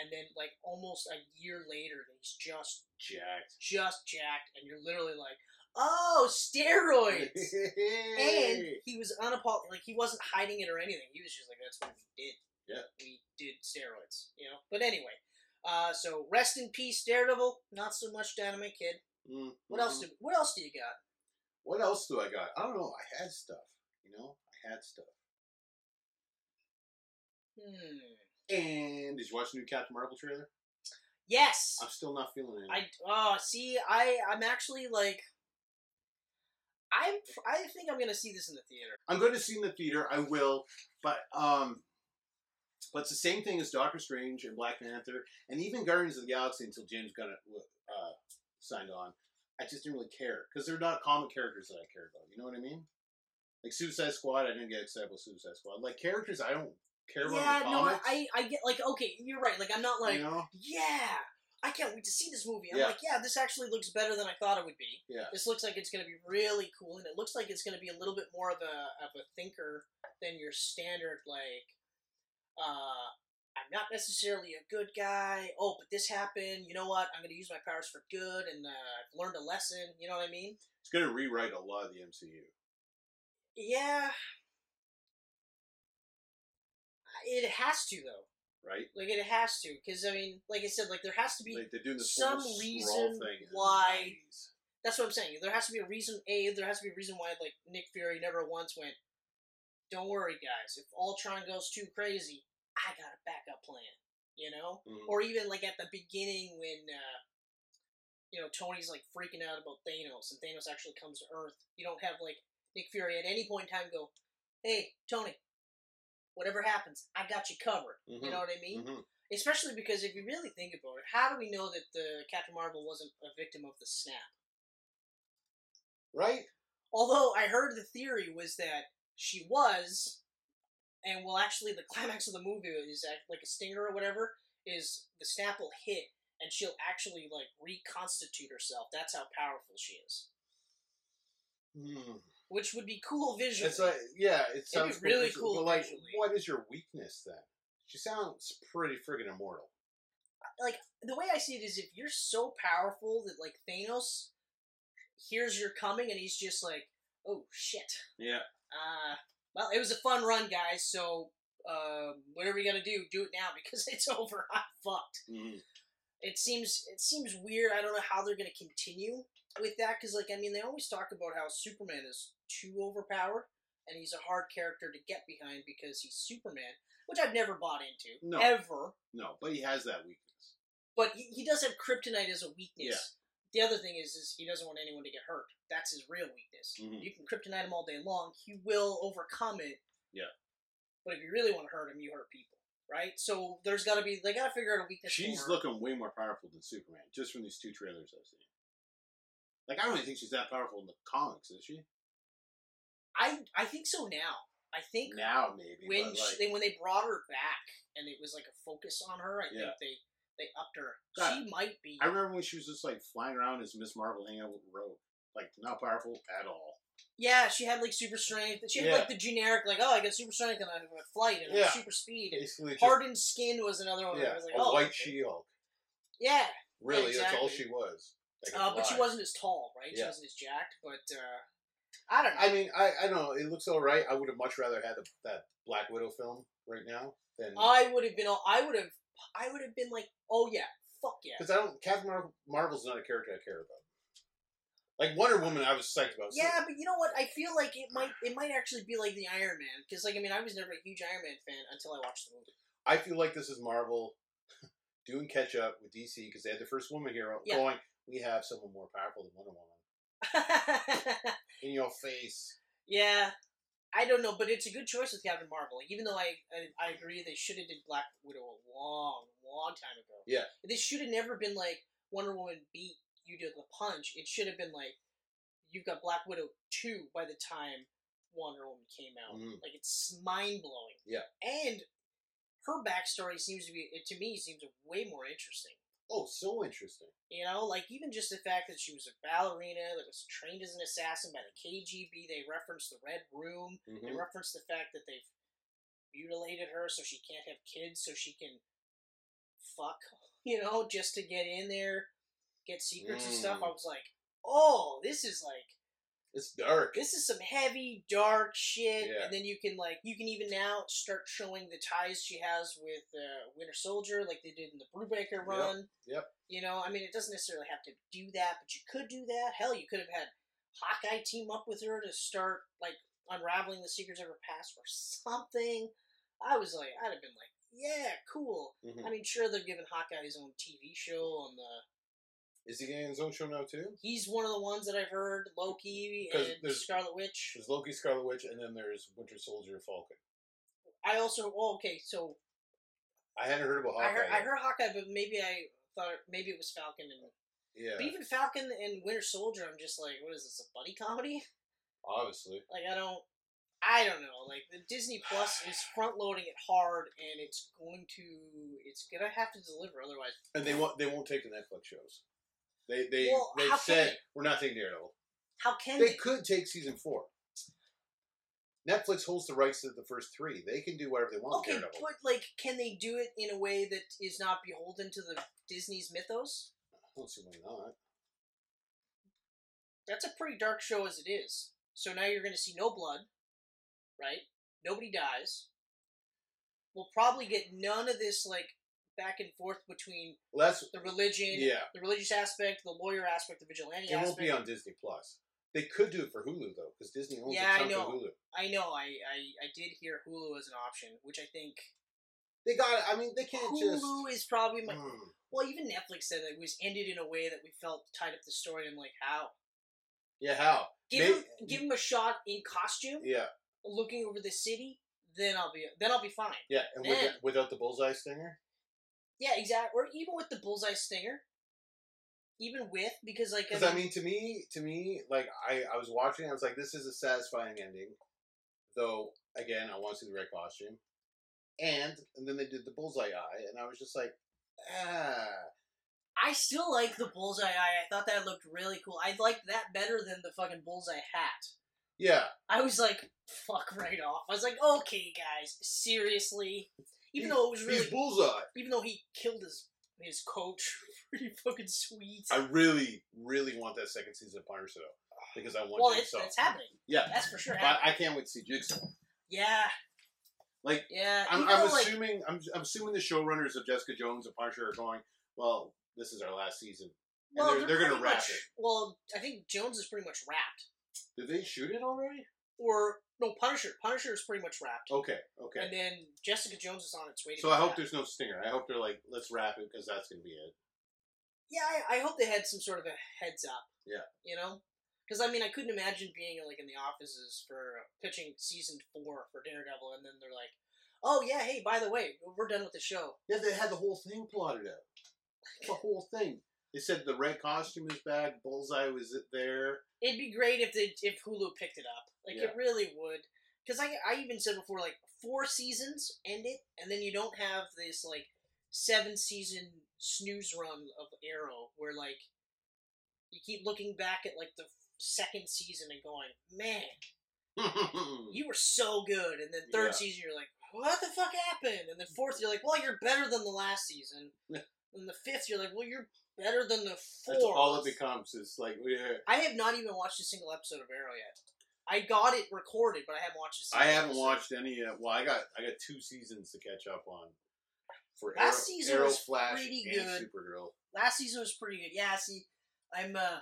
Speaker 3: And then like almost a year later, he's just
Speaker 2: Jacked.
Speaker 3: just jacked, and you're literally like, oh, steroids. and
Speaker 2: Hey!
Speaker 3: he was unapologetic. Like he wasn't hiding it or anything. He was just like, "That's what we did.
Speaker 2: Yeah.
Speaker 3: we did steroids." You know. But anyway, uh, so rest in peace, Daredevil. Not so much Dynamite Kid.
Speaker 2: Mm,
Speaker 3: What else?
Speaker 2: mm.
Speaker 3: Do, what else do you got?
Speaker 2: what else do I got? I don't know. I had stuff. You know, I had stuff.
Speaker 3: Hmm.
Speaker 2: And did you watch the new Captain Marvel trailer?
Speaker 3: Yes.
Speaker 2: I'm still not feeling it.
Speaker 3: I oh see I I'm actually like. I'm, I think I'm gonna see this in the theater.
Speaker 2: I'm going to see in the theater. I will, but um, but it's the same thing as Doctor Strange and Black Panther, and even Guardians of the Galaxy until James Gunn uh, signed on. I just didn't really care because they're not common characters that I care about. You know what I mean? Like Suicide Squad, I didn't get excited with Suicide Squad. Like characters, I don't care about.
Speaker 3: Yeah,
Speaker 2: in the
Speaker 3: no, I,
Speaker 2: comics,
Speaker 3: I, I get like okay, you're right. Like I'm not like
Speaker 2: you know,
Speaker 3: yeah, I can't wait to see this movie. I'm
Speaker 2: Yeah.
Speaker 3: like, yeah, this actually looks better than I thought it would be.
Speaker 2: Yeah.
Speaker 3: This looks like it's going to be really cool, and it looks like it's going to be a little bit more of a of a thinker than your standard like, uh, I'm not necessarily a good guy. Oh, but this happened. You know what? I'm going to use my powers for good, and uh, I've learned a lesson. You know what I mean?
Speaker 2: it's going to rewrite a lot of the MCU.
Speaker 3: Yeah. It has to though.
Speaker 2: Right?
Speaker 3: Like it has to, because I mean, like I said, like there has to be
Speaker 2: Like they're doing this
Speaker 3: Some
Speaker 2: whole Skrull
Speaker 3: reason
Speaker 2: thing in the
Speaker 3: why-
Speaker 2: 90s.
Speaker 3: that's what I'm saying. There has to be a reason. A there has to be a reason why like Nick Fury never once went. Don't worry, guys. If Ultron goes too crazy, I got a backup plan. You know,
Speaker 2: Mhm.
Speaker 3: or even like at the beginning when uh, you know Tony's like freaking out about Thanos and Thanos actually comes to Earth. You don't have like Nick Fury at any point in time go, "Hey, Tony, whatever happens, I got you covered."
Speaker 2: Mhm.
Speaker 3: You know what I mean?
Speaker 2: Mhm.
Speaker 3: Especially because if you really think about it, how do we know that the Captain Marvel wasn't a victim of the snap?
Speaker 2: Right? Mm-hmm.
Speaker 3: Although I heard the theory was that she was, and well, actually, the climax of the movie is act- like a stinger or whatever is the snap will hit, and she'll actually like reconstitute herself. That's how powerful she is,
Speaker 2: Hmm.
Speaker 3: which would be cool visually.
Speaker 2: It's like yeah, it
Speaker 3: It'd be
Speaker 2: sounds cool
Speaker 3: really
Speaker 2: visually,
Speaker 3: cool
Speaker 2: But like,
Speaker 3: visually.
Speaker 2: what is your weakness then? She sounds pretty friggin' immortal.
Speaker 3: the way I see it is if you're so powerful that like Thanos hears you're coming and he's just like, oh shit.
Speaker 2: Yeah.
Speaker 3: Uh, well, it was a fun run, guys. So uh, whatever you got to do, do it now because it's over. I'm fucked. It seems it seems weird. I don't know how they're gonna continue with that because like I mean they always talk about how Superman is too overpowered and he's a hard character to get behind because he's Superman, which I've never bought into
Speaker 2: No.
Speaker 3: ever
Speaker 2: No, but he has that weakness.
Speaker 3: but he, he does have kryptonite as a weakness. The other thing is, is he doesn't want anyone to get hurt. That's his real weakness.
Speaker 2: Mhm.
Speaker 3: You can kryptonite him all day long; he will overcome it.
Speaker 2: Yeah.
Speaker 3: But if you really want to hurt him, you hurt people, right? So there's got to be they got to figure out a weakness.
Speaker 2: She's
Speaker 3: for her.
Speaker 2: looking way more powerful than Superman, just from these two trailers I've seen. Like I don't even think she's that powerful in the comics, is she?
Speaker 3: I I think so now. I think
Speaker 2: Now maybe.
Speaker 3: when
Speaker 2: but,
Speaker 3: she,
Speaker 2: like,
Speaker 3: they, when they brought her back and it was like a focus on her, I
Speaker 2: Yeah.
Speaker 3: think they they upped her.
Speaker 2: God,
Speaker 3: she might be.
Speaker 2: I remember when she was just like flying around as Miss Marvel hanging out with Rogue. Like not powerful at all.
Speaker 3: yeah, she had like super strength. She had
Speaker 2: Yeah.
Speaker 3: like the generic like, oh, I got super strength and I have flight and I have
Speaker 2: Yeah.
Speaker 3: super speed. And
Speaker 2: Basically just
Speaker 3: Hardened skin was another one.
Speaker 2: yeah,
Speaker 3: I was like,
Speaker 2: a
Speaker 3: oh,
Speaker 2: white
Speaker 3: okay.
Speaker 2: She-Hulk.
Speaker 3: Yeah,
Speaker 2: Really, that's all
Speaker 3: exactly.
Speaker 2: she was. That could
Speaker 3: uh, but she
Speaker 2: fly.
Speaker 3: wasn't as tall, right? She
Speaker 2: Yeah.
Speaker 3: wasn't as jacked. But uh, I don't know.
Speaker 2: I mean, I, I don't know. It looks all right. I would have much rather had the, that Black Widow film right now than
Speaker 3: I would have been. all- I would have. I would have been like, oh yeah, fuck yeah.
Speaker 2: because I don't. Captain Mar- Marvel's not a character I care about. Like Wonder Woman, I was psyched about. So-
Speaker 3: Yeah, but you know what? I feel like it might it might actually be like the Iron Man because like I mean I was never a huge Iron Man fan until I watched the movie.
Speaker 2: I feel like this is Marvel doing catch up with DC because they had the first woman hero
Speaker 3: Yeah.
Speaker 2: going. We have someone more powerful than Wonder Woman in your face.
Speaker 3: yeah, I don't know, but it's a good choice with Captain Marvel. Even though I I, I agree they should have did Black Widow a long long time ago.
Speaker 2: Yeah.
Speaker 3: They should have never been like Wonder Woman beat you to the punch. It should have been like you've got Black Widow two by the time Wonder Woman came out.
Speaker 2: Mhm.
Speaker 3: Like it's mind blowing.
Speaker 2: Yeah.
Speaker 3: And her backstory seems to be it to me seems way more interesting.
Speaker 2: Oh, so interesting.
Speaker 3: You know, like even just the fact that she was a ballerina that was trained as an assassin by the KGB. They referenced the Red Room. They
Speaker 2: Mhm.
Speaker 3: reference the fact that they've mutilated her so she can't have kids, so she can fuck, you know, just to get in there, get secrets and stuff.
Speaker 2: Mm.
Speaker 3: I was like, oh, this is like,
Speaker 2: It's dark.
Speaker 3: this is some heavy, dark shit.
Speaker 2: Yeah.
Speaker 3: And then you can, like, you can even now start showing the ties she has with uh, Winter Soldier, like they did in the Brubaker run.
Speaker 2: yep.
Speaker 3: You know, I mean, it doesn't necessarily have to do that, but you could do that. Hell, you could have had Hawkeye team up with her to start like unraveling the secrets of her past or something. I was like, I'd have been like, yeah, cool.
Speaker 2: Mhm.
Speaker 3: I mean, sure, they're giving Hawkeye his own TV show on the.
Speaker 2: Is he getting his own show now too?
Speaker 3: He's one of the ones that I've heard Loki
Speaker 2: 'Cause
Speaker 3: and
Speaker 2: there's-
Speaker 3: Scarlet Witch.
Speaker 2: There's Loki, Scarlet Witch, and then there's Winter Soldier, Falcon.
Speaker 3: I also, oh, okay, so
Speaker 2: I hadn't heard about
Speaker 3: I
Speaker 2: Hawkeye.
Speaker 3: heard I
Speaker 2: yet.
Speaker 3: heard Hawkeye, but maybe I thought maybe it was Falcon and. But
Speaker 2: Yeah,
Speaker 3: even Falcon and Winter Soldier, I'm just like, what is this, a buddy comedy?
Speaker 2: obviously.
Speaker 3: Like I don't, I don't know. Like the Disney Plus is front loading it hard, and it's going to, it's gonna have to deliver. Otherwise,
Speaker 2: And they won't. They won't take the Netflix shows. They they
Speaker 3: Well,
Speaker 2: they
Speaker 3: how can
Speaker 2: said
Speaker 3: they?
Speaker 2: we're not taking Daredevil.
Speaker 3: how can
Speaker 2: They
Speaker 3: they?
Speaker 2: could take season four. Netflix holds the rights to the first three. They can do whatever they want.
Speaker 3: Okay,
Speaker 2: with Daredevil.
Speaker 3: but like, can they do it in a way that is not beholden to the Disney's mythos?
Speaker 2: I don't see why not.
Speaker 3: That's a pretty dark show as it is. So now you're gonna see no blood, right? Nobody dies. We'll probably get none of this like back and forth between
Speaker 2: Well, that's
Speaker 3: the religion,
Speaker 2: yeah.
Speaker 3: the religious aspect, the lawyer aspect, the vigilante
Speaker 2: It
Speaker 3: aspect.
Speaker 2: won't be on Disney Plus. They could do it for Hulu though, because Disney owns
Speaker 3: Yeah, I
Speaker 2: a chunk
Speaker 3: know.
Speaker 2: of Hulu.
Speaker 3: I know. I, I I did hear Hulu as an option, which I think
Speaker 2: They got. I mean, they can't just.
Speaker 3: Hulu is probably my.
Speaker 2: Mm.
Speaker 3: Well, even Netflix said that it was ended in a way that we felt tied up the story. I'm like, how?
Speaker 2: Yeah, how?
Speaker 3: Give
Speaker 2: May-
Speaker 3: him, give him a shot in costume,
Speaker 2: Yeah,
Speaker 3: looking over the city. Then I'll be then I'll be fine.
Speaker 2: yeah, and with,
Speaker 3: Man.
Speaker 2: without the bullseye stinger.
Speaker 3: Yeah, exactly. Or even with the bullseye stinger. Even with because like
Speaker 2: Because I mean, to me, to me, like I, I was watching, I was like, this is a satisfying ending. Though again, I want to see the red costume. And and then they did the bullseye eye, and I was just like, ah,
Speaker 3: I still like the bullseye eye. I thought that looked really cool. I liked that better than the fucking bullseye hat.
Speaker 2: yeah,
Speaker 3: I was like, fuck right off. I was like, okay, guys, seriously. Even though it was
Speaker 2: he's
Speaker 3: really,
Speaker 2: bullseye.
Speaker 3: even though he killed his his coach, pretty fucking sweet.
Speaker 2: I really, really want that second season of Pirates though, because I want
Speaker 3: well, it's,
Speaker 2: Jigsaw.
Speaker 3: it's happening.
Speaker 2: yeah,
Speaker 3: That's for sure.
Speaker 2: but
Speaker 3: happening.
Speaker 2: I can't wait to see Jigsaw.
Speaker 3: yeah,
Speaker 2: Like
Speaker 3: yeah.
Speaker 2: I'm,
Speaker 3: even
Speaker 2: I'm
Speaker 3: though, like,
Speaker 2: assuming I'm, I'm assuming the showrunners of Jessica Jones and Punisher are going. Well, this is our last season. and
Speaker 3: well,
Speaker 2: they're- they're gonna
Speaker 3: pretty
Speaker 2: wrap
Speaker 3: much,
Speaker 2: it.
Speaker 3: Well, I think Jones is pretty much wrapped.
Speaker 2: Did they shoot it already?
Speaker 3: Or no, Punisher. Punisher is pretty much wrapped.
Speaker 2: Okay, okay.
Speaker 3: And then Jessica Jones is on its way. To
Speaker 2: So
Speaker 3: be
Speaker 2: I hope
Speaker 3: wrapped.
Speaker 2: there's no stinger. I hope they're like, let's wrap it because that's gonna be it.
Speaker 3: Yeah, I, I hope they had some sort of a heads up.
Speaker 2: Yeah.
Speaker 3: You know, because I mean, I couldn't imagine being like in the offices for pitching season four for Daredevil, and then they're like, "Oh yeah, hey, by the way, we're done with the show."
Speaker 2: Yeah, they had the whole thing plotted out. The whole thing. They said the red costume is back. Bullseye was there.
Speaker 3: It'd be great if they if Hulu picked it up. Like
Speaker 2: Yeah.
Speaker 3: it really would. Because I I even said before like four seasons end it, and then you don't have this like seven season snooze run of Arrow where like you keep looking back at like the second season and going, man. you were so good. And then third
Speaker 2: Yeah.
Speaker 3: season, you're like, what the fuck happened? And then fourth, you're like, well, you're better than the last season.
Speaker 2: Yeah.
Speaker 3: and the fifth, you're like, well, you're better than the fourth.
Speaker 2: that's all it becomes. Is like, yeah.
Speaker 3: I have not even watched a single episode of Arrow yet. I got it recorded, but I haven't watched a single
Speaker 2: I haven't
Speaker 3: episode.
Speaker 2: watched any yet. Well, I got I got two seasons to catch up on. For
Speaker 3: Last
Speaker 2: Arrow,
Speaker 3: season
Speaker 2: Arrow,
Speaker 3: was
Speaker 2: Flash,
Speaker 3: pretty
Speaker 2: and
Speaker 3: good.
Speaker 2: Supergirl.
Speaker 3: Last season was pretty good. Yeah, see, I'm, uh,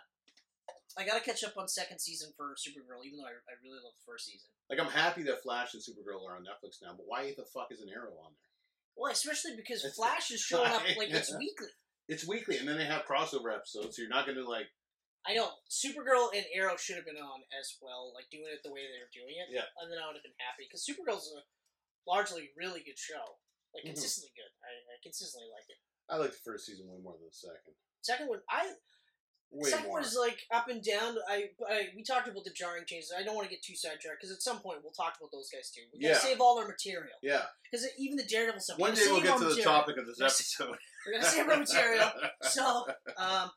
Speaker 3: I gotta catch up on second season for Supergirl, even though I, I really love the first season.
Speaker 2: Like I'm happy that Flash and Supergirl are on Netflix now, but why the fuck is an Arrow on there?
Speaker 3: Well, especially because
Speaker 2: That's
Speaker 3: Flash is showing up
Speaker 2: right.
Speaker 3: like it's weekly.
Speaker 2: It's weekly, and then they have crossover episodes, so you're not going to like.
Speaker 3: I know Supergirl and Arrow should have been on as well, like doing it the way they were doing it.
Speaker 2: Yeah.
Speaker 3: and then I would have been happy because Supergirl's a largely really good show, like
Speaker 2: Mhm.
Speaker 3: consistently good. I, I consistently like it.
Speaker 2: I like the first season way more than the second.
Speaker 3: Second one, I
Speaker 2: Way
Speaker 3: second
Speaker 2: more.
Speaker 3: one is like up and down. I, I we talked about the jarring changes. I don't want to get too sidetracked because at some point we'll talk about those guys too. We gotta
Speaker 2: Yeah.
Speaker 3: save all our material
Speaker 2: yeah.
Speaker 3: because even the Daredevil stuff.
Speaker 2: One
Speaker 3: we're
Speaker 2: day we'll
Speaker 3: saving
Speaker 2: get
Speaker 3: our
Speaker 2: to the
Speaker 3: material.
Speaker 2: topic of this episode.
Speaker 3: We're gonna save our material. So, um,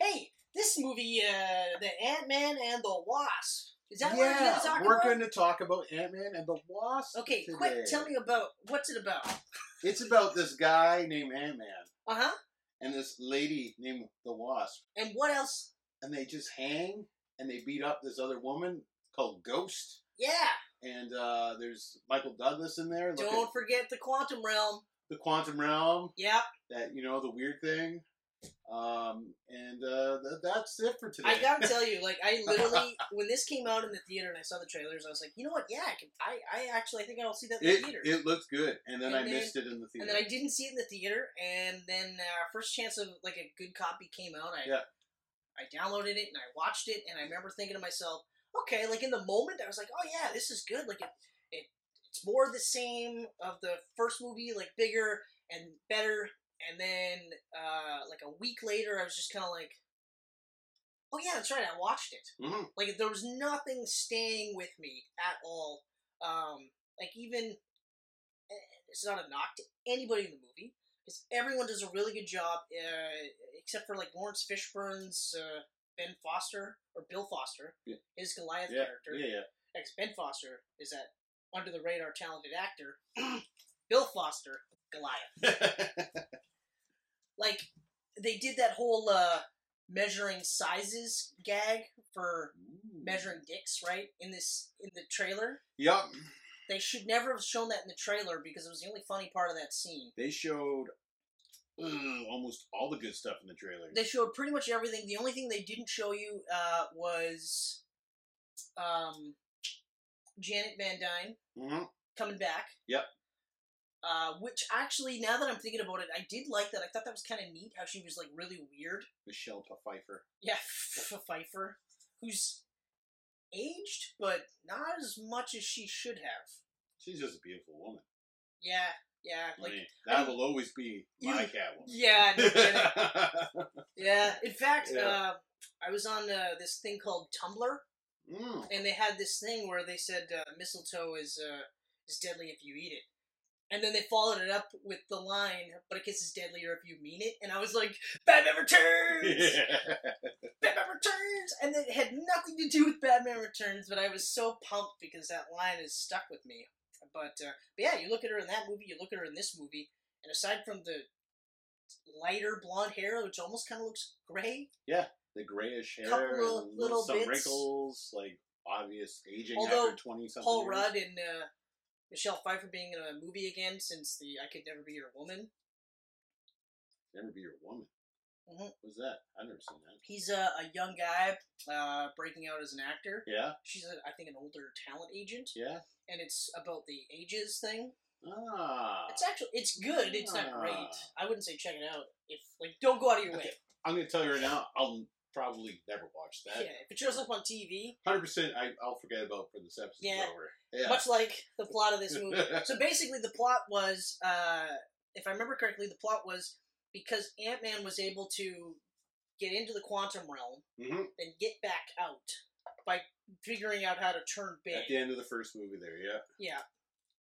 Speaker 3: hey, this movie, uh, the Ant Man and the Wasp. Is that what we're gonna talk
Speaker 2: we're
Speaker 3: about?
Speaker 2: going to talk about Ant Man and the Wasp.
Speaker 3: Okay,
Speaker 2: today.
Speaker 3: quick, tell me about what's it about?
Speaker 2: It's about this guy named Ant Man
Speaker 3: Uh huh.
Speaker 2: and this lady named the Wasp,
Speaker 3: And what else?
Speaker 2: and they just hang and they beat up this other woman called Ghost.
Speaker 3: Yeah,
Speaker 2: And uh, there's Michael Douglas in there. Look
Speaker 3: don't
Speaker 2: at
Speaker 3: forget the quantum realm.
Speaker 2: the quantum realm.
Speaker 3: Yeah,
Speaker 2: that you know the weird thing um and uh th- that's it for today
Speaker 3: I gotta tell you, like I literally, when this came out in the theater and I saw the trailers, I was like, you know what? Yeah, I can. I, I actually, I think I'll see that in the
Speaker 2: it,
Speaker 3: theater.
Speaker 2: it looked good and then
Speaker 3: And
Speaker 2: i
Speaker 3: then-
Speaker 2: missed it in the theater
Speaker 3: and then I didn't see it in the theater, and then uh, our first chance of like a good copy came out. I,
Speaker 2: Yeah.
Speaker 3: I downloaded it and I watched it, and I remember thinking to myself, okay, like in the moment, I was like, oh yeah, this is good. Like it, it it's more of the same of the first movie, like bigger and better. And then uh, like a week later, I was just kind of like, oh yeah, that's right, I watched it.
Speaker 2: Mhm.
Speaker 3: Like there was nothing staying with me at all. Um, like even eh, it's not a knock to anybody in the movie because everyone does a really good job, uh, except for like Lawrence Fishburne's uh, Ben Foster or Bill Foster,
Speaker 2: Yeah.
Speaker 3: his Goliath
Speaker 2: yeah,
Speaker 3: character.
Speaker 2: yeah yeah
Speaker 3: Ex Ben Foster is that under the radar talented actor. Bill Foster, Goliath like they did that whole uh measuring sizes gag for measuring dicks right in this in the trailer
Speaker 2: yep
Speaker 3: they should never have shown that in the trailer because it was the only funny part of that scene
Speaker 2: they showed mm, almost all the good stuff in the trailer
Speaker 3: they showed pretty much everything the only thing they didn't show you uh was um janet van dyne
Speaker 2: Mhm.
Speaker 3: coming back
Speaker 2: Yep.
Speaker 3: uh, which actually, now that I'm thinking about it, I did like that. I thought that was kind of neat how she was like really weird.
Speaker 2: michelle pfeiffer
Speaker 3: Yeah, Pfeiffer, who's aged, but not as much as she should have.
Speaker 2: she's just a beautiful woman
Speaker 3: Yeah, yeah, like
Speaker 2: I mean, that
Speaker 3: I-
Speaker 2: will always be my
Speaker 3: You-
Speaker 2: catwoman
Speaker 3: yeah, no kidding.
Speaker 2: yeah.
Speaker 3: yeah. In fact,
Speaker 2: Yeah.
Speaker 3: Uh, I was on uh, this thing called Tumblr,
Speaker 2: Mm.
Speaker 3: and they had this thing where they said uh, mistletoe is uh, is deadly if you eat it, and then they followed it up with the line, "But a kiss is deadlier if you mean it." And I was like, "Batman
Speaker 2: Mm.
Speaker 3: Returns, Batman Returns," and it had nothing to do with Batman Returns, but I was so pumped because that line has stuck with me. But, uh, but yeah, you look at her in that movie, you look at her in this movie, and aside from the lighter blonde hair, which almost kind of looks gray,
Speaker 2: the grayish hair,
Speaker 3: Couple
Speaker 2: and
Speaker 3: little- little
Speaker 2: some
Speaker 3: bits.
Speaker 2: wrinkles, like obvious aging
Speaker 3: Although,
Speaker 2: after twenty something.
Speaker 3: Paul Rudd and uh, Michelle Pfeiffer being in a movie again since the I Could Never Be Your Woman.
Speaker 2: never be your woman.
Speaker 3: Mhm.
Speaker 2: What's that? I've never seen that.
Speaker 3: He's a, a young guy uh, breaking out as an actor.
Speaker 2: Yeah,
Speaker 3: She's, a, I think, an older talent agent,
Speaker 2: yeah.
Speaker 3: and it's about the ages thing.
Speaker 2: Ah,
Speaker 3: It's actually it's good. It's not great.
Speaker 2: Ah.
Speaker 3: I wouldn't say check it out. If like, don't go out of your way.
Speaker 2: Okay. I'm gonna tell you right now. I'll probably never watch
Speaker 3: Yeah,
Speaker 2: that.
Speaker 3: if it shows up on TV,
Speaker 2: Hundred percent. I I'll forget about it for this episode's
Speaker 3: Yeah.
Speaker 2: over. Yeah.
Speaker 3: much like the plot of this movie. so basically, the plot was, uh, if I remember correctly, the plot was because Ant Man was able to get into the quantum realm
Speaker 2: hmm
Speaker 3: and get back out by figuring out how to turn big.
Speaker 2: At the end of the first movie, there. Yeah.
Speaker 3: Yeah,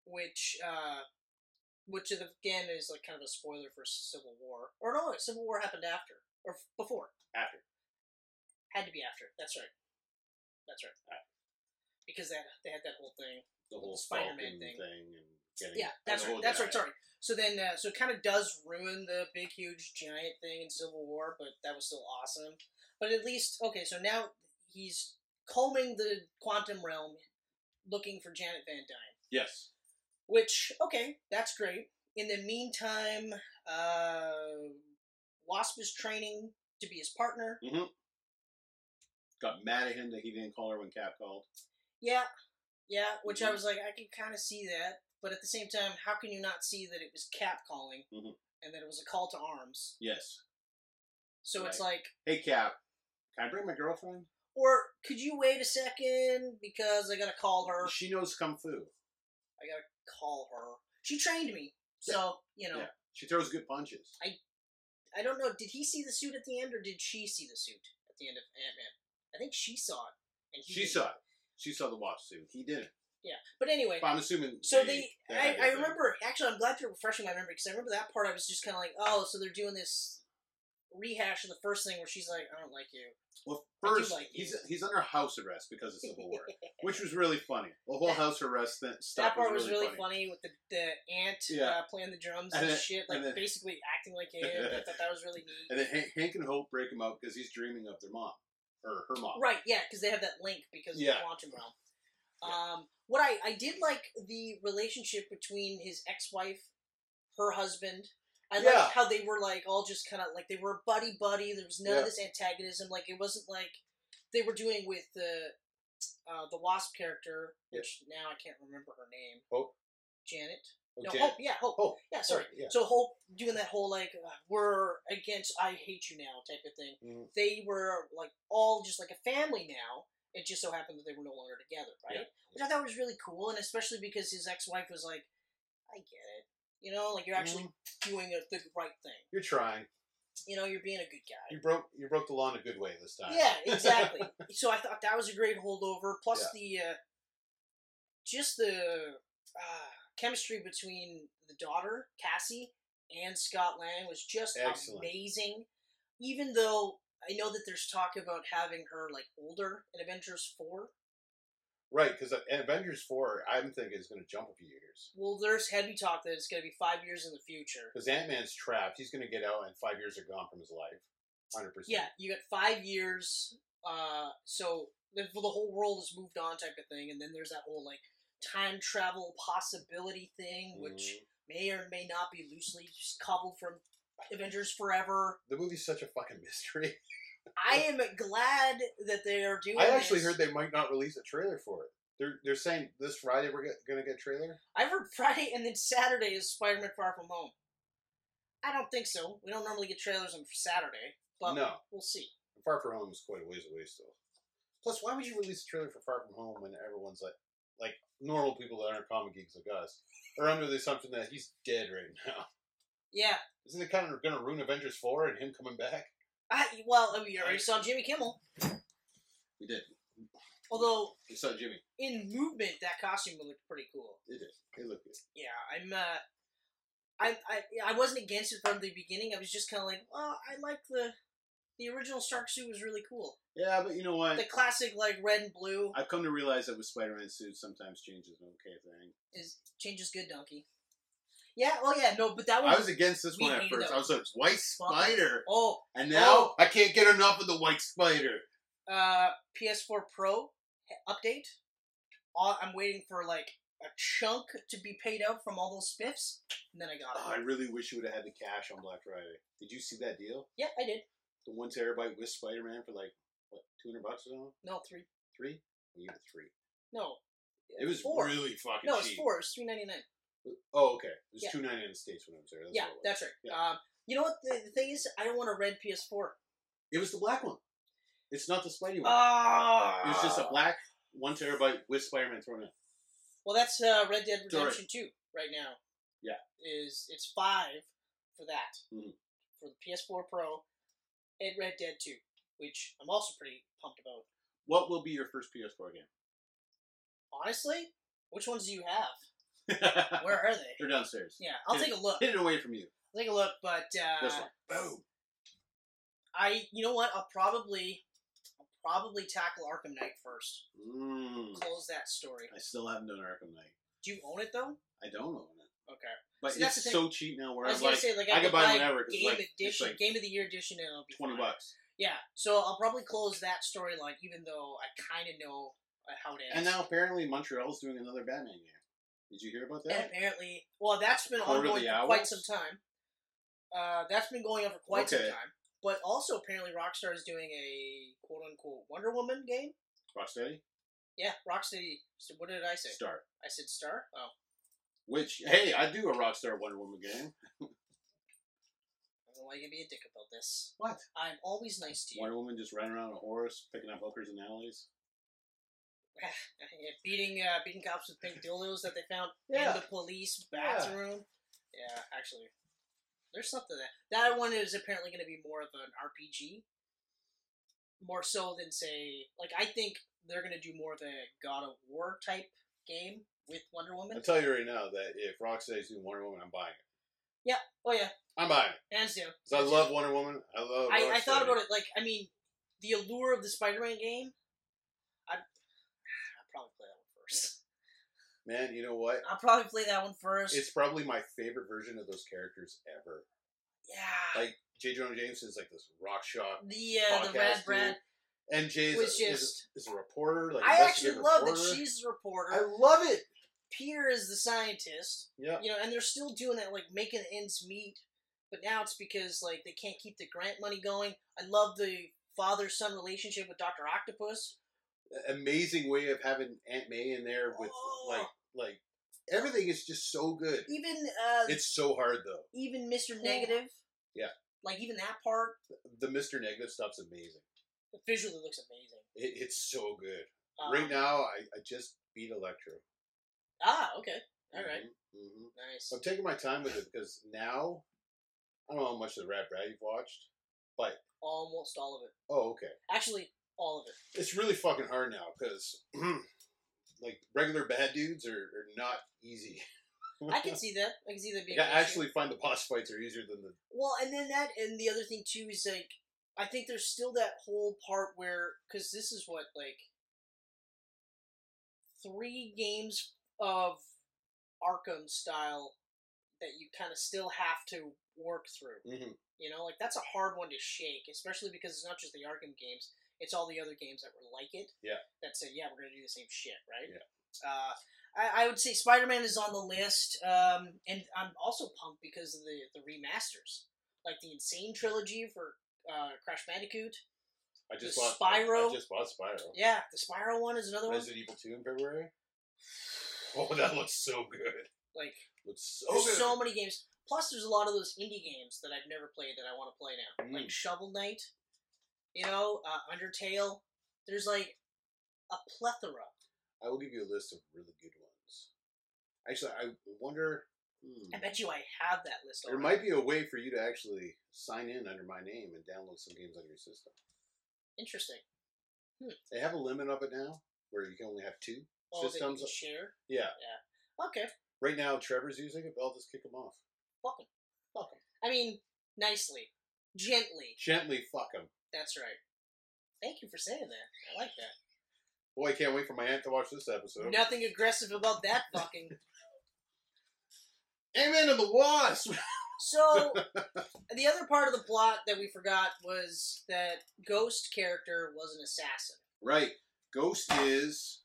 Speaker 3: which uh, which is, again is like kind of a spoiler for Civil War. Or no, Civil War happened after or f- before.
Speaker 2: After.
Speaker 3: Had to be after. That's right. That's right.
Speaker 2: After.
Speaker 3: Because they had, they had that whole thing.
Speaker 2: The whole
Speaker 3: Spider-Man
Speaker 2: Falcon
Speaker 3: thing.
Speaker 2: and getting
Speaker 3: Yeah, that's
Speaker 2: the
Speaker 3: right.
Speaker 2: whole
Speaker 3: That's
Speaker 2: guy.
Speaker 3: right. Sorry. So then, uh, so it kind of does ruin the big, huge, giant thing in Civil War, but that was still awesome. But at least, okay, so now he's combing the quantum realm, looking for Janet Van Dyne.
Speaker 2: Yes.
Speaker 3: Which, okay, that's great. In the meantime, uh, Wasp is training to be his partner.
Speaker 2: Got mad at him that he didn't call her when Cap called.
Speaker 3: Yeah, yeah, which I
Speaker 2: Mhm.
Speaker 3: was like, I can kind of see that. But at the same time, how can you not see that it was Cap calling
Speaker 2: Mhm.
Speaker 3: and that it was a call to arms?
Speaker 2: Yes.
Speaker 3: So it's like,
Speaker 2: Hey Cap, can I bring my girlfriend?
Speaker 3: or could you wait a second because I gotta call her?
Speaker 2: She knows kung fu.
Speaker 3: I gotta call her. She trained me. So, you know,
Speaker 2: Yeah. She throws good punches.
Speaker 3: I don't know. Did he see the suit at the end, or did she see the suit at the end of Ant Man? I think she saw it, and he
Speaker 2: She
Speaker 3: didn't.
Speaker 2: saw it. She saw the wasp suit. He didn't.
Speaker 3: But anyway,
Speaker 2: But I'm assuming.
Speaker 3: so
Speaker 2: they,
Speaker 3: they,
Speaker 2: they
Speaker 3: I,
Speaker 2: had
Speaker 3: I
Speaker 2: their thing.
Speaker 3: remember. Actually, I'm glad you're refreshing my memory because I remember that part. I was just kind of like, oh, so they're doing this rehash of the first thing where she's like, I don't like you.
Speaker 2: Well,
Speaker 3: I do
Speaker 2: first
Speaker 3: like you.
Speaker 2: he's he's under house arrest because of Civil War, which was really funny. The whole house arrest th- stuff.
Speaker 3: that part
Speaker 2: was really, funny.
Speaker 3: with the, the ant uh,
Speaker 2: Yeah.
Speaker 3: playing the drums
Speaker 2: And
Speaker 3: and,
Speaker 2: then-
Speaker 3: shit,
Speaker 2: and
Speaker 3: like
Speaker 2: then-
Speaker 3: basically acting like him. I thought that was really neat.
Speaker 2: And then Hank, Hank and Hope break him up because he's dreaming of their mom or her mom.
Speaker 3: Right, yeah, because they have that link because of
Speaker 2: Yeah.
Speaker 3: the quantum realm. Um, what I, I did like the relationship between his ex wife, her husband. I liked
Speaker 2: Yeah.
Speaker 3: how they were like all just kind of like they were buddy buddy. There was none
Speaker 2: Yeah.
Speaker 3: of this antagonism. Like it wasn't like they were doing with the uh, the wasp character,
Speaker 2: Yeah.
Speaker 3: which now I can't remember her name.
Speaker 2: Hope?
Speaker 3: Janet.
Speaker 2: Oh,
Speaker 3: No,
Speaker 2: Jan-
Speaker 3: Hope. Yeah, Hope.
Speaker 2: Hope,
Speaker 3: Yeah, sorry.
Speaker 2: yeah.
Speaker 3: So Hope doing that whole like uh, we're against I hate you now type of thing.
Speaker 2: Mhm.
Speaker 3: They were like all just like a family now. It just so happened that they were no longer together, right? Which I thought was really cool, and especially because his ex-wife was like, "I get it, you know, like you're actually
Speaker 2: Mhm.
Speaker 3: doing a, the right thing.
Speaker 2: You're trying.
Speaker 3: You know, you're being a good guy."
Speaker 2: You broke you broke the law in a good way this time.
Speaker 3: Yeah, exactly. so I thought that was a great holdover. Plus the uh, just the uh, chemistry between the daughter Cassie and Scott Lang was just
Speaker 2: Excellent.
Speaker 3: amazing. Even though I know that there's talk about having her like older in Avengers Four.
Speaker 2: Right, because Avengers four, I'm thinking is going to jump a few years.
Speaker 3: Well, there's heavy talk that it's going to be five years in the future.
Speaker 2: Because Ant Man's trapped. He's going to get out, and five years are gone from his life. Hundred percent.
Speaker 3: Yeah, you got five years. Uh, so the, well, the whole world has moved on, type of thing. And then there's that whole like time travel possibility thing,
Speaker 2: Mm-hmm.
Speaker 3: which may or may not be loosely just cobbled from Avengers Forever.
Speaker 2: the movie's such a fucking mystery.
Speaker 3: I am glad that they are doing.
Speaker 2: I actually
Speaker 3: this.
Speaker 2: heard they might not release a trailer for it. They're they're saying this Friday we're get, gonna get a trailer.
Speaker 3: I've heard Friday and then Saturday is Spider-Man Far From Home. I don't think so. We don't normally get trailers on Saturday, but
Speaker 2: no,
Speaker 3: we'll see.
Speaker 2: Far From Home is quite a ways away still. Plus, why would you release a trailer for Far From Home when everyone's like, like normal people that aren't comic geeks like us are under the assumption that he's dead right now?
Speaker 3: Yeah.
Speaker 2: Isn't it kind of gonna ruin Avengers four and him coming back?
Speaker 3: I, well, we already saw Jimmy Kimmel.
Speaker 2: We did.
Speaker 3: Although
Speaker 2: You saw Jimmy.
Speaker 3: in movement, that costume would look pretty cool.
Speaker 2: It did. It looked good.
Speaker 3: Yeah, I'm. Uh, I, I I wasn't against it from the beginning. I was just kind of like, well, I like the the original Stark suit was really cool.
Speaker 2: Yeah, but you know what?
Speaker 3: The classic like red and blue
Speaker 2: I've come to realize that with Spider-Man suits, sometimes change is an okay thing.
Speaker 3: is changes good, donkey. Yeah. Oh yeah. No, but that
Speaker 2: I
Speaker 3: one.
Speaker 2: was against this
Speaker 3: we
Speaker 2: one at
Speaker 3: hated
Speaker 2: first.
Speaker 3: that
Speaker 2: I was like, White
Speaker 3: Fuck.
Speaker 2: Spider,
Speaker 3: Oh,
Speaker 2: and now I can't get enough of the White Spider.
Speaker 3: uh, PS4 Pro update. All, I'm waiting for like a chunk to be paid out from all those spiffs, and then I
Speaker 2: Oh,
Speaker 3: got
Speaker 2: I
Speaker 3: it.
Speaker 2: really wish you would have had the cash on Black Friday. Did you see that deal?
Speaker 3: Yeah, I did.
Speaker 2: The one terabyte with Spider-Man for like what, two hundred bucks or something?
Speaker 3: No three.
Speaker 2: Three? You got three.
Speaker 3: No.
Speaker 2: It was
Speaker 3: four.
Speaker 2: really fucking
Speaker 3: No, it's
Speaker 2: cheap.
Speaker 3: four. It's three ninety nine.
Speaker 2: Oh, okay. It was
Speaker 3: Yeah.
Speaker 2: two ninety in the states when I was there. That's
Speaker 3: Yeah,
Speaker 2: what it was.
Speaker 3: that's right.
Speaker 2: Yeah.
Speaker 3: Um, you know what? The, the thing is, I don't want a red PS4.
Speaker 2: It was the black one. It's not the Spidey one.
Speaker 3: Ah.
Speaker 2: it was just a black one terabyte with Spider-Man thrown in.
Speaker 3: Well, that's uh, Red Dead
Speaker 2: all right.
Speaker 3: Redemption Two right now.
Speaker 2: Yeah.
Speaker 3: Is it's five for that
Speaker 2: Mhm.
Speaker 3: for the PS4 Pro and Red Dead Two, which I'm also pretty pumped about.
Speaker 2: What will be your first PS4
Speaker 3: Honestly, which ones do you have?
Speaker 2: game?
Speaker 3: Where are they?
Speaker 2: They're downstairs.
Speaker 3: Yeah, I'll take a look.
Speaker 2: Hidden away from you.
Speaker 3: I'll take a look, but uh,
Speaker 2: This one. Boom.
Speaker 3: I, you know what? I'll probably, I'll probably tackle Arkham Knight first.
Speaker 2: Mm.
Speaker 3: Close that story.
Speaker 2: I still haven't done Arkham Knight.
Speaker 3: Do you own it though?
Speaker 2: I don't own it.
Speaker 3: Okay.
Speaker 2: But
Speaker 3: See, that's the
Speaker 2: it's
Speaker 3: thing.
Speaker 2: so cheap now where
Speaker 3: I
Speaker 2: I
Speaker 3: was
Speaker 2: am
Speaker 3: gonna
Speaker 2: like
Speaker 3: say like
Speaker 2: I
Speaker 3: I,
Speaker 2: could
Speaker 3: could
Speaker 2: buy
Speaker 3: buy
Speaker 2: whenever, 'cause,
Speaker 3: game
Speaker 2: like, it's
Speaker 3: edition,
Speaker 2: like
Speaker 3: game of the year edition, and it'll be
Speaker 2: 20
Speaker 3: fine.
Speaker 2: bucks.
Speaker 3: Yeah, so I'll probably close that storyline, even though I kind of know uh, how it ends.
Speaker 2: And now apparently Montreal's doing another Batman game. Did you hear about
Speaker 3: And
Speaker 2: that?
Speaker 3: apparently, well, that's been
Speaker 2: Quarterly
Speaker 3: ongoing for quite
Speaker 2: hours?
Speaker 3: some time. Uh, that's been going on for quite some
Speaker 2: Okay.
Speaker 3: time. But also, apparently, Rockstar is doing a quote unquote Wonder Woman game.
Speaker 2: Rocksteady?
Speaker 3: Yeah, Rocksteady. So what did I say?
Speaker 2: Star.
Speaker 3: I said Star. Oh,
Speaker 2: Which hey, I do a Rockstar Wonder Woman game.
Speaker 3: I don't like to be a dick about this.
Speaker 2: What?
Speaker 3: I'm always nice to you.
Speaker 2: Wonder Woman just running around on a horse, picking up hookers in alleys.
Speaker 3: Yeah, beating uh, beating cops with pink dildos that they found
Speaker 2: Yeah.
Speaker 3: in the police
Speaker 2: Yeah.
Speaker 3: bathroom. Yeah, actually, there's something that that one is apparently going to be more of an RPG, more so than say like I think they're going to do more of a God of War type game with Wonder
Speaker 2: I'll
Speaker 3: Woman.
Speaker 2: tell you right now that if Rocksteady's doing Wonder Woman, I'm buying it.
Speaker 3: Oh yeah,
Speaker 2: I'm buying it.
Speaker 3: hands down.
Speaker 2: 'Cause I love Wonder Woman. I love
Speaker 3: I, I thought
Speaker 2: Rocksteady.
Speaker 3: about it like I mean the allure of the Spider-Man game. I I'll probably play that one first.
Speaker 2: Man, you know what?
Speaker 3: I'll probably play that one first.
Speaker 2: It's probably my favorite version of those characters ever.
Speaker 3: yeah.
Speaker 2: Like J. Jonah Jameson is like this rock shock
Speaker 3: the uh,
Speaker 2: podcast
Speaker 3: the Rad Brad.
Speaker 2: dude. And Jay
Speaker 3: was
Speaker 2: is, a, is,
Speaker 3: just-
Speaker 2: a, is a reporter. Like
Speaker 3: I actually
Speaker 2: investigative
Speaker 3: love that
Speaker 2: reporter.
Speaker 3: she's a
Speaker 2: I
Speaker 3: reporter.
Speaker 2: love it.
Speaker 3: Peter is the scientist.
Speaker 2: Yeah.
Speaker 3: You know, and they're still doing that, like making ends meet. But now it's because like they can't keep the grant money going. I love the father son relationship with Doctor Octopus.
Speaker 2: Amazing way of having Aunt May in there with
Speaker 3: Oh.
Speaker 2: like like everything is just so good.
Speaker 3: Even uh,
Speaker 2: It's so hard though.
Speaker 3: even Mister Negative.
Speaker 2: Yeah.
Speaker 3: Like even that part
Speaker 2: The Mr. Negative stuff's amazing.
Speaker 3: visually looks amazing.
Speaker 2: It, it's so good.
Speaker 3: Um,
Speaker 2: right now, I, I just beat Electro.
Speaker 3: Ah, okay. All right.
Speaker 2: hmm
Speaker 3: Nice.
Speaker 2: I'm taking my time with it because now I don't know how much of the Rat Brad you've watched.
Speaker 3: Almost all of it.
Speaker 2: Oh, okay.
Speaker 3: Actually, all of it.
Speaker 2: it's really fucking hard now because like regular bad dudes are, are not easy.
Speaker 3: I can see that. I can see that being.
Speaker 2: Like, I
Speaker 3: an issue.
Speaker 2: actually find the boss fights are easier than the
Speaker 3: Well, and then that, and the other thing too is like, I think there's still that whole part where, because this is what like three games of Arkham style that you kind of still have to work through.
Speaker 2: mm-hmm.
Speaker 3: You know, like that's a hard one to shake, especially because it's not just the Arkham games; it's all the other games that were like it.
Speaker 2: Yeah.
Speaker 3: That said, yeah, we're gonna do the same shit, right?
Speaker 2: Yeah.
Speaker 3: Uh, I, I would say Spider Man is on the list, um, and I'm also pumped because of the the remasters, like the Insane trilogy for uh, Crash Bandicoot.
Speaker 2: I just
Speaker 3: The
Speaker 2: bought
Speaker 3: Spyro?
Speaker 2: I, I just bought Spyro.
Speaker 3: Yeah, the Spyro one is another one.
Speaker 2: Resident Evil Two in February. Oh, that looks so good.
Speaker 3: Like
Speaker 2: Looks so
Speaker 3: there's
Speaker 2: good.
Speaker 3: so many games. Plus, there's a lot of those indie games that I've never played that I want to play now,
Speaker 2: Mm.
Speaker 3: like Shovel Knight, you know, uh, Undertale. There's like a plethora.
Speaker 2: I will give you a list of really good ones. Actually, I wonder. hmm,
Speaker 3: I bet you I have that list.
Speaker 2: There
Speaker 3: Already.
Speaker 2: might be a way for you to actually sign in under my name and download some games on your system.
Speaker 3: Interesting.
Speaker 2: They have a limit of it now. where you can only have two
Speaker 3: Oh, they can
Speaker 2: systems.
Speaker 3: share.
Speaker 2: Yeah.
Speaker 3: Okay.
Speaker 2: Right now, Trevor's using it, but I'll just kick him off.
Speaker 3: Fuck 'em. Fuck 'em. I mean, nicely, gently.
Speaker 2: Gently fuck him.
Speaker 3: That's right. Thank you for saying that. I like that.
Speaker 2: Boy, I can't wait for my aunt to watch this episode.
Speaker 3: Nothing aggressive about that fucking.
Speaker 2: Amen to the wasp!
Speaker 3: So, the other part of the plot that we forgot was that Ghost character was an assassin.
Speaker 2: Right. Ghost is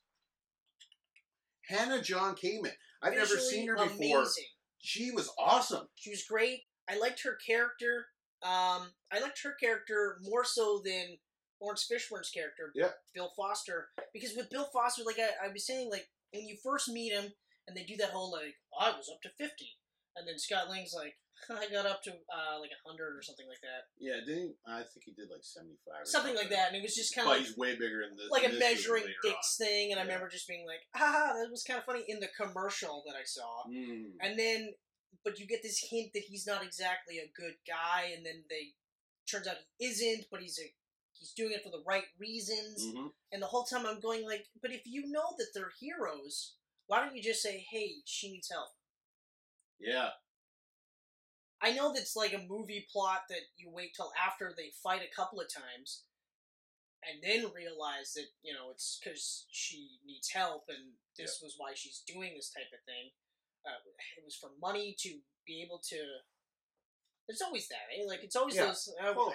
Speaker 2: Hannah John Kamen. I've never
Speaker 3: Visually
Speaker 2: seen her before.
Speaker 3: Amazing.
Speaker 2: She was awesome.
Speaker 3: She was great. I liked her character. Um, I liked her character more so than Lawrence Fishburne's character,
Speaker 2: Yeah.
Speaker 3: Bill Foster, because with Bill Foster, like I, I was saying, like when you first meet him, and they do that whole like I was up to fifty, and then Scott Lang's like I got up to uh, like hundred or something like that,
Speaker 2: Yeah, didn't he- I think he did like seventy five?
Speaker 3: something like that, and it was just kind of
Speaker 2: But
Speaker 3: like,
Speaker 2: he's way bigger in this.
Speaker 3: like
Speaker 2: in
Speaker 3: a
Speaker 2: this
Speaker 3: measuring
Speaker 2: movie later
Speaker 3: dicks thing, and I
Speaker 2: Yeah.
Speaker 3: remember just being like, ah, that was kind of funny in the commercial that I saw.
Speaker 2: on. Mm.
Speaker 3: And then, but you get this hint that he's not exactly a good guy, and then they turns out he isn't, but he's a he's doing it for the right reasons.
Speaker 2: Mhm.
Speaker 3: And the whole time I'm going like, but if you know that they're heroes, why don't you just say, hey, she needs help?
Speaker 2: Yeah,
Speaker 3: I know that's like a movie plot that you wait till after they fight a couple of times, and then realize that you know it's because she needs help, and this was why she's doing this type of thing. Uh, it was for money to be able to. It's always that, eh? Like it's always
Speaker 2: Yeah.
Speaker 3: those. Uh,
Speaker 2: Well,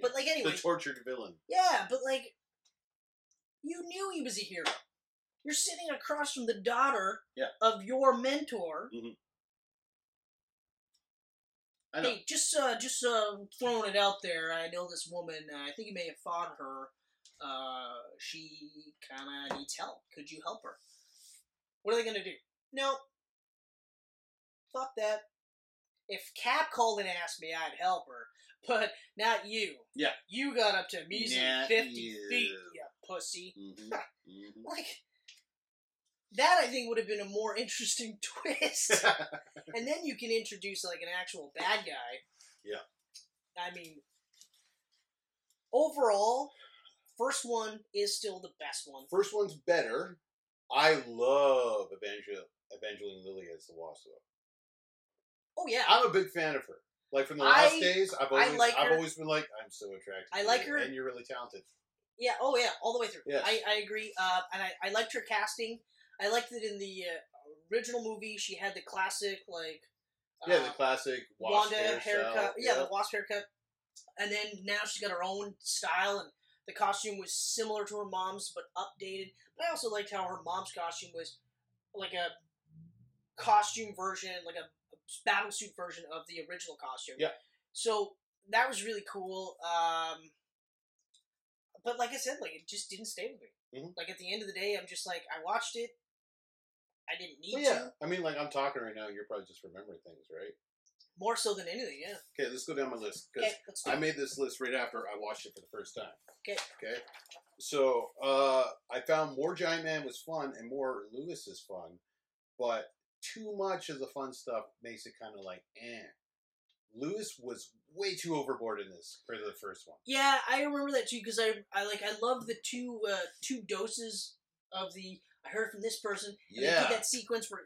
Speaker 3: But like
Speaker 2: the
Speaker 3: anyway,
Speaker 2: tortured villain.
Speaker 3: yeah. But like, you knew he was a hero. You're sitting across from the daughter
Speaker 2: Yeah.
Speaker 3: of your mentor.
Speaker 2: I know.
Speaker 3: Hey, just uh, just uh, throwing it out there. I know this woman. Uh, I think you may have fought her. Uh, she kind of needs help. Could you help her? What are they gonna do? No. Fuck that. If Cap called and asked me, I'd help her, but not you.
Speaker 2: Yeah.
Speaker 3: You got up to a measly
Speaker 2: Not
Speaker 3: fifty
Speaker 2: you.
Speaker 3: feet, you pussy.
Speaker 2: Mhm. Mhm.
Speaker 3: Like that, I think would have been a more interesting twist
Speaker 2: Mm-hmm.
Speaker 3: and then you can introduce like an actual bad guy.
Speaker 2: Yeah.
Speaker 3: I mean, overall, first one is still the best one.
Speaker 2: First one's better. I love Evangel- Evangeline Lilly as the wasp. though.
Speaker 3: Oh yeah,
Speaker 2: I'm a big fan of her. Like from the
Speaker 3: I-
Speaker 2: last days, I've always,
Speaker 3: like
Speaker 2: I've
Speaker 3: her.
Speaker 2: always been like, I'm so attracted.
Speaker 3: I
Speaker 2: to
Speaker 3: like
Speaker 2: you,
Speaker 3: her.
Speaker 2: and you're really talented.
Speaker 3: yeah, oh yeah, all the way through.
Speaker 2: Yes.
Speaker 3: I I agree. Uh, and I I liked her casting. I liked that in the uh, original movie she had the classic like.
Speaker 2: Yeah,
Speaker 3: uh,
Speaker 2: the classic wasp
Speaker 3: Wanda
Speaker 2: hairstyle.
Speaker 3: haircut. Yeah, the wasp haircut. And then now she's got her own style, and the costume was similar to her mom's but updated. But I also liked how her mom's costume was like a costume version, like a battle suit version of the original costume.
Speaker 2: Yeah.
Speaker 3: So that was really cool. Um, but like I said, like it just didn't stay with me.
Speaker 2: Mhm.
Speaker 3: Like at the end of the day, I'm just like I watched it. I didn't need
Speaker 2: Well, yeah,
Speaker 3: to
Speaker 2: I mean, like I'm talking right now, you're probably just remembering things, right?
Speaker 3: more so than anything. Yeah.
Speaker 2: Okay, let's go down my list because
Speaker 3: Okay. Let's do
Speaker 2: I
Speaker 3: it.
Speaker 2: made this list right after I watched it for the first time.
Speaker 3: Okay.
Speaker 2: Okay. So uh, I found more Giant Man was fun and more Lewis is fun, but too much of the fun stuff makes it kind of like eh. Lewis was way too overboard in this for the first one.
Speaker 3: Yeah, I remember that too because I, I like I love the two uh, two doses of the I heard from this person. And they
Speaker 2: Yeah.
Speaker 3: did that sequence where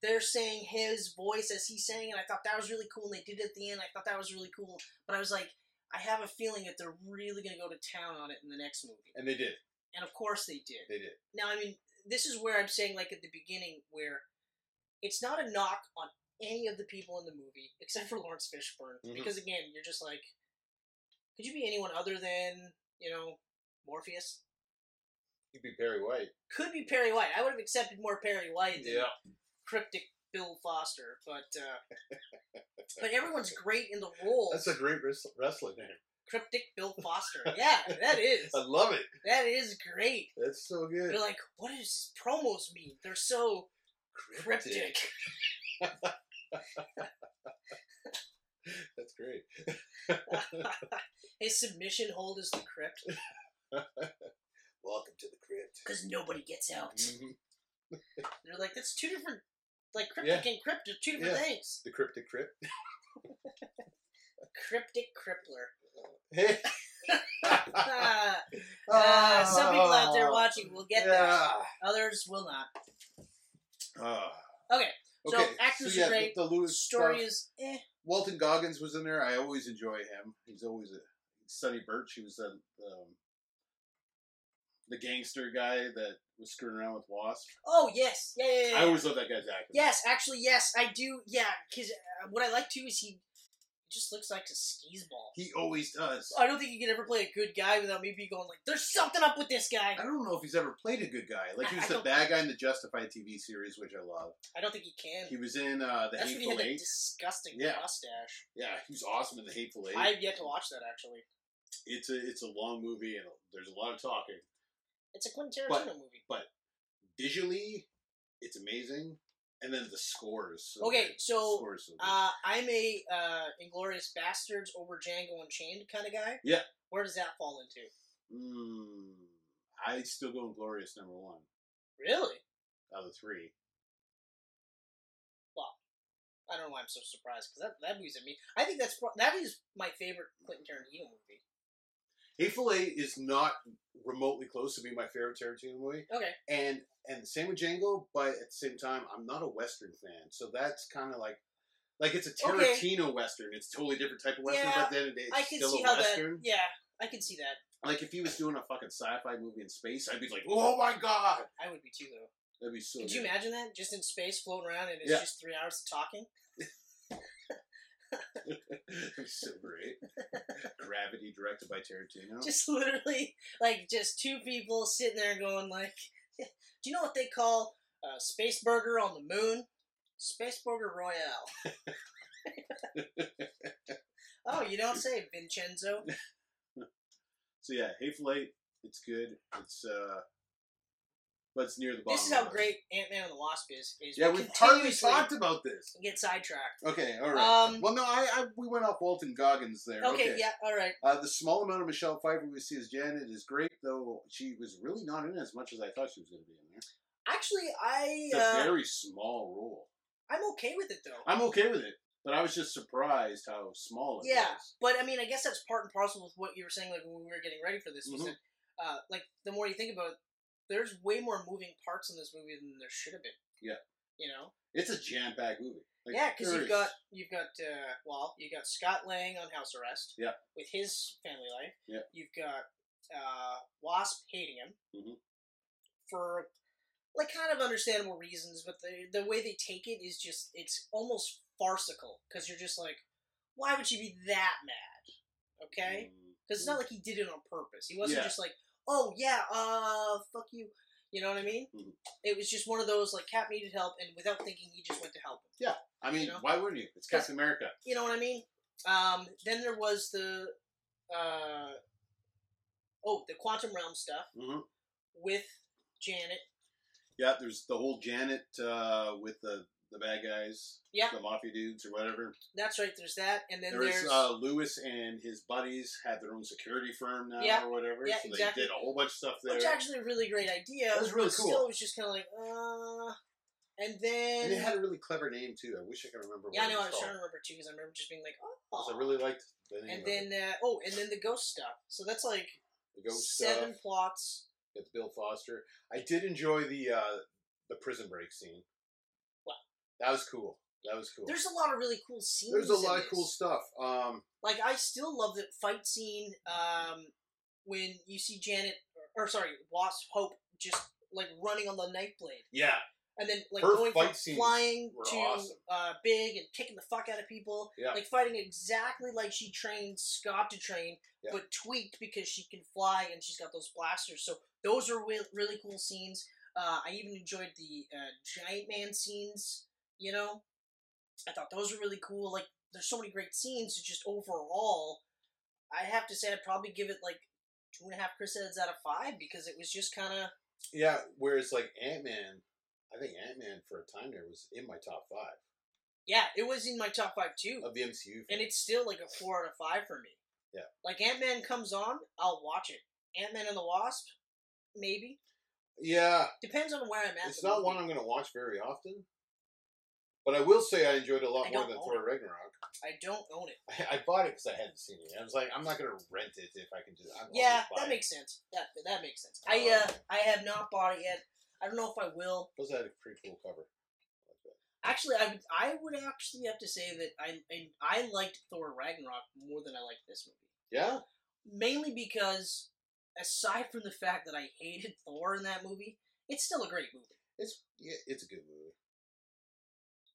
Speaker 3: they're saying his voice as he's saying, and I thought that was really cool. And they did it at the end. I thought that was really cool. But I was like, I have a feeling that they're really gonna go to town on it in the next movie.
Speaker 2: And they did.
Speaker 3: And of course they did.
Speaker 2: They did.
Speaker 3: Now I mean, this is where I'm saying like at the beginning where it's not a knock on any of the people in the movie except for Lawrence Fishburne
Speaker 2: Mhm.
Speaker 3: because again, you're just like could you be anyone other than you know Morpheus?
Speaker 2: You'd be Barry White.
Speaker 3: Could be Perry White. I would have accepted more Perry White than cryptic Bill Foster, but uh, but everyone's great in the role.
Speaker 2: That's a great wrist- wrestling name.
Speaker 3: cryptic Bill Foster. Yeah, that is
Speaker 2: I love it.
Speaker 3: that is great.
Speaker 2: That's so good.
Speaker 3: They're like, what does his promos mean? They're so cryptic.
Speaker 2: That's great.
Speaker 3: His submission hold is the crypt
Speaker 2: Welcome to the crypt.
Speaker 3: because nobody gets out.
Speaker 2: Mhm.
Speaker 3: They're like, that's two different. Like
Speaker 2: Yeah.
Speaker 3: cryptic and crypt are two different
Speaker 2: Yeah.
Speaker 3: things.
Speaker 2: The cryptic crypt.
Speaker 3: Cryptic crippler.
Speaker 2: Hey,
Speaker 3: Ah, ah, some people out there watching will get that.
Speaker 2: Yeah.
Speaker 3: Others will not.
Speaker 2: Ah.
Speaker 3: Okay, so
Speaker 2: Okay,
Speaker 3: actors
Speaker 2: yeah,
Speaker 3: are great.
Speaker 2: The Lewis
Speaker 3: Story
Speaker 2: stuff.
Speaker 3: is eh.
Speaker 2: Walton Goggins was in there. I always enjoy him. He's always a Sonny Birch. He was the um, the gangster guy that was screwing around with Wasp.
Speaker 3: Oh yes, yeah, yeah, yeah.
Speaker 2: I
Speaker 3: yeah.
Speaker 2: always love that guy's acting.
Speaker 3: Yes, actually, yes, I do. Yeah, because uh, what I like too is he just looks like a skis ball.
Speaker 2: he always does.
Speaker 3: I don't think you can ever play a good guy without me being going like, "There's something up with this guy."
Speaker 2: I don't know if he's ever played a good guy. Like he
Speaker 3: I-
Speaker 2: was
Speaker 3: I
Speaker 2: the
Speaker 3: don't-
Speaker 2: bad guy in the Justified TV series, which I love.
Speaker 3: I don't think he can.
Speaker 2: He was in uh, the
Speaker 3: That's when he
Speaker 2: Hateful
Speaker 3: had that
Speaker 2: Eight.
Speaker 3: disgusting
Speaker 2: Yeah.
Speaker 3: mustache.
Speaker 2: Yeah, he was awesome in the Hateful Eight.
Speaker 3: I've yet to watch that actually.
Speaker 2: It's a it's a long movie and there's a lot of talking.
Speaker 3: It's a Quentin Tarantino movie.
Speaker 2: Visually, it's amazing, and then the scores.
Speaker 3: Okay,
Speaker 2: good.
Speaker 3: so,
Speaker 2: The scores so good.
Speaker 3: Uh, I'm a uh, Inglorious Bastards over Django Unchained kind of guy.
Speaker 2: Yeah.
Speaker 3: Where does that fall into?
Speaker 2: Mm, I still go Glorious number one
Speaker 3: Really?
Speaker 2: out of the three.
Speaker 3: I don't know why I'm so surprised because that that movie's at me. I think that's pro- that is my favorite Quentin Tarantino movie.
Speaker 2: Hateful Eight is not remotely close to being my favorite Tarantino movie,
Speaker 3: Okay.
Speaker 2: and and same with Django. But at the same time, I'm not a Western fan, so that's kind of like like it's a
Speaker 3: Okay.
Speaker 2: Tarantino Western. It's a totally different type of Western,
Speaker 3: Yeah,
Speaker 2: but at the end of the day, it's
Speaker 3: I can
Speaker 2: still
Speaker 3: see
Speaker 2: a
Speaker 3: how
Speaker 2: Western.
Speaker 3: that. Yeah, I can see that.
Speaker 2: Like if he was doing a fucking sci-fi movie in space, I'd be like, oh my god,
Speaker 3: I would be too though.
Speaker 2: that'd be so.
Speaker 3: Could you
Speaker 2: good.
Speaker 3: imagine that? Just in space, floating around, and it's
Speaker 2: Yeah.
Speaker 3: just three hours of talking.
Speaker 2: That'd be so great. Gravity, directed by Tarantino.
Speaker 3: Just literally, like just two people sitting there going like, "Do you know what they call a space burger on the moon? Space burger royale." oh, you don't say, Vincenzo.
Speaker 2: So yeah, Hateful Eight, it's good. It's uh, but it's near the bottom.
Speaker 3: This is how
Speaker 2: of the-
Speaker 3: great Ant Man and the Wasp is. Is
Speaker 2: Yeah,
Speaker 3: we
Speaker 2: we've hardly
Speaker 3: continuously
Speaker 2: talked about this.
Speaker 3: Get sidetracked.
Speaker 2: Okay, all right.
Speaker 3: Um,
Speaker 2: well, no, I, I we went off Walton Goggins there.
Speaker 3: Okay, yeah, all right.
Speaker 2: Uh, the small amount of Michelle Pfeiffer we see as Janet is great, though she was really not in it as much as I thought she was going to be in there.
Speaker 3: Actually, I
Speaker 2: It's a
Speaker 3: uh,
Speaker 2: very small role.
Speaker 3: I'm okay with it though.
Speaker 2: I'm okay with it, but I was just surprised how small it
Speaker 3: Yeah.
Speaker 2: was.
Speaker 3: But I mean, I guess that's part and parcel with what you were saying, like when we were getting ready for this. Was
Speaker 2: Mhm.
Speaker 3: that, uh, like the more you think about it, there's way more moving parts in this movie than there should have been.
Speaker 2: Yeah.
Speaker 3: You know.
Speaker 2: It's a jam packed movie. Like,
Speaker 3: yeah, because
Speaker 2: there
Speaker 3: you've
Speaker 2: is-
Speaker 3: got you've got uh, well, you got Scott Lang on house arrest.
Speaker 2: Yeah.
Speaker 3: With his family life.
Speaker 2: Yeah.
Speaker 3: You've got uh, Wasp hating him
Speaker 2: Mhm.
Speaker 3: for like kind of understandable reasons, but the the way they take it is just it's almost farcical because you're just like, why would she be that mad? Okay.
Speaker 2: Mm.
Speaker 3: Because it's not like he did it on purpose. He wasn't
Speaker 2: Yeah.
Speaker 3: just like, oh, yeah, uh, fuck you. You know what I mean?
Speaker 2: Mhm.
Speaker 3: It was just one of those, like, Cap needed help, and without thinking, he just went to help him.
Speaker 2: I mean,
Speaker 3: you know?
Speaker 2: why wouldn't you? It's Captain America.
Speaker 3: You know what I mean? Um, then there was the, uh, oh, the Quantum Realm stuff
Speaker 2: hmm
Speaker 3: with Janet.
Speaker 2: Yeah, there's the whole Janet uh, with the the bad guys,
Speaker 3: Yeah.
Speaker 2: the mafia dudes or whatever.
Speaker 3: That's right, there's that. And then
Speaker 2: there
Speaker 3: there's,
Speaker 2: was uh, Lewis and his buddies had their own security firm now
Speaker 3: Yeah.
Speaker 2: or whatever.
Speaker 3: Yeah,
Speaker 2: so
Speaker 3: exactly.
Speaker 2: they did a whole bunch of stuff there.
Speaker 3: which actually a really great idea.
Speaker 2: That was really
Speaker 3: but
Speaker 2: cool.
Speaker 3: Still, it was just kind of like, uh, and then,
Speaker 2: and it had a really clever name too. I wish I could remember.
Speaker 3: yeah, I
Speaker 2: what
Speaker 3: know, I
Speaker 2: it
Speaker 3: was
Speaker 2: was
Speaker 3: trying to
Speaker 2: called.
Speaker 3: remember too, because I remember just being like, oh.
Speaker 2: 'Cause I really liked the name.
Speaker 3: And
Speaker 2: of
Speaker 3: then
Speaker 2: it.
Speaker 3: uh, oh, and then the ghost stuff. So that's like
Speaker 2: the ghost
Speaker 3: seven
Speaker 2: stuff
Speaker 3: plots.
Speaker 2: with Bill Foster. I did enjoy the uh, the prison break scene.
Speaker 3: Wow.
Speaker 2: that was cool. That was cool.
Speaker 3: There's a lot of really cool scenes.
Speaker 2: There's a
Speaker 3: in
Speaker 2: lot of
Speaker 3: this.
Speaker 2: cool stuff. Um,
Speaker 3: Like I still love that fight scene um, when you see Janet or, or sorry Wasp Hope just like running on the knife blade,
Speaker 2: yeah,
Speaker 3: and then like
Speaker 2: Her
Speaker 3: going
Speaker 2: fight
Speaker 3: from
Speaker 2: scenes
Speaker 3: flying
Speaker 2: were
Speaker 3: to
Speaker 2: awesome.
Speaker 3: uh, big and kicking the fuck out of people.
Speaker 2: Yeah.
Speaker 3: Like fighting exactly like she trained Scott to train,
Speaker 2: Yeah.
Speaker 3: but tweaked because she can fly and she's got those blasters. So those are re- really cool scenes. Uh, I even enjoyed the uh, giant man scenes. You know, I thought those were really cool. Like there's so many great scenes. it's Just overall, I have to say I'd probably give it like two and a half Chris out of five because it was just kind of
Speaker 2: Yeah, whereas like Ant Man, I think Ant Man for a time there was in my top five
Speaker 3: yeah, it was in my top five too.
Speaker 2: of the MCU.
Speaker 3: and it's still like a four out of five for me.
Speaker 2: Yeah.
Speaker 3: Like Ant Man comes on, I'll watch it. Ant Man and the Wasp, maybe
Speaker 2: yeah,
Speaker 3: depends on where I'm at. in
Speaker 2: it's
Speaker 3: the
Speaker 2: not
Speaker 3: movie.
Speaker 2: one I'm going to watch very often, But I will say I enjoyed it a lot
Speaker 3: I
Speaker 2: more
Speaker 3: don't
Speaker 2: than
Speaker 3: own
Speaker 2: Thor Ragnarok.
Speaker 3: I don't own it.
Speaker 2: I, I bought it because I hadn't seen it. I was like, I'm not going to rent it if I can just. I'm
Speaker 3: yeah,
Speaker 2: just buy
Speaker 3: that
Speaker 2: it. Um,
Speaker 3: makes sense. That that makes sense. I uh, I have not bought it yet. I don't know if I will.
Speaker 2: Plus, it had a pretty cool cover.
Speaker 3: Actually, I would I would actually have to say that I I, I liked Thor Ragnarok more than I liked this movie.
Speaker 2: Yeah,
Speaker 3: mainly because aside from the fact that I hated Thor in that movie, it's still a great movie.
Speaker 2: it's yeah, it's a good movie.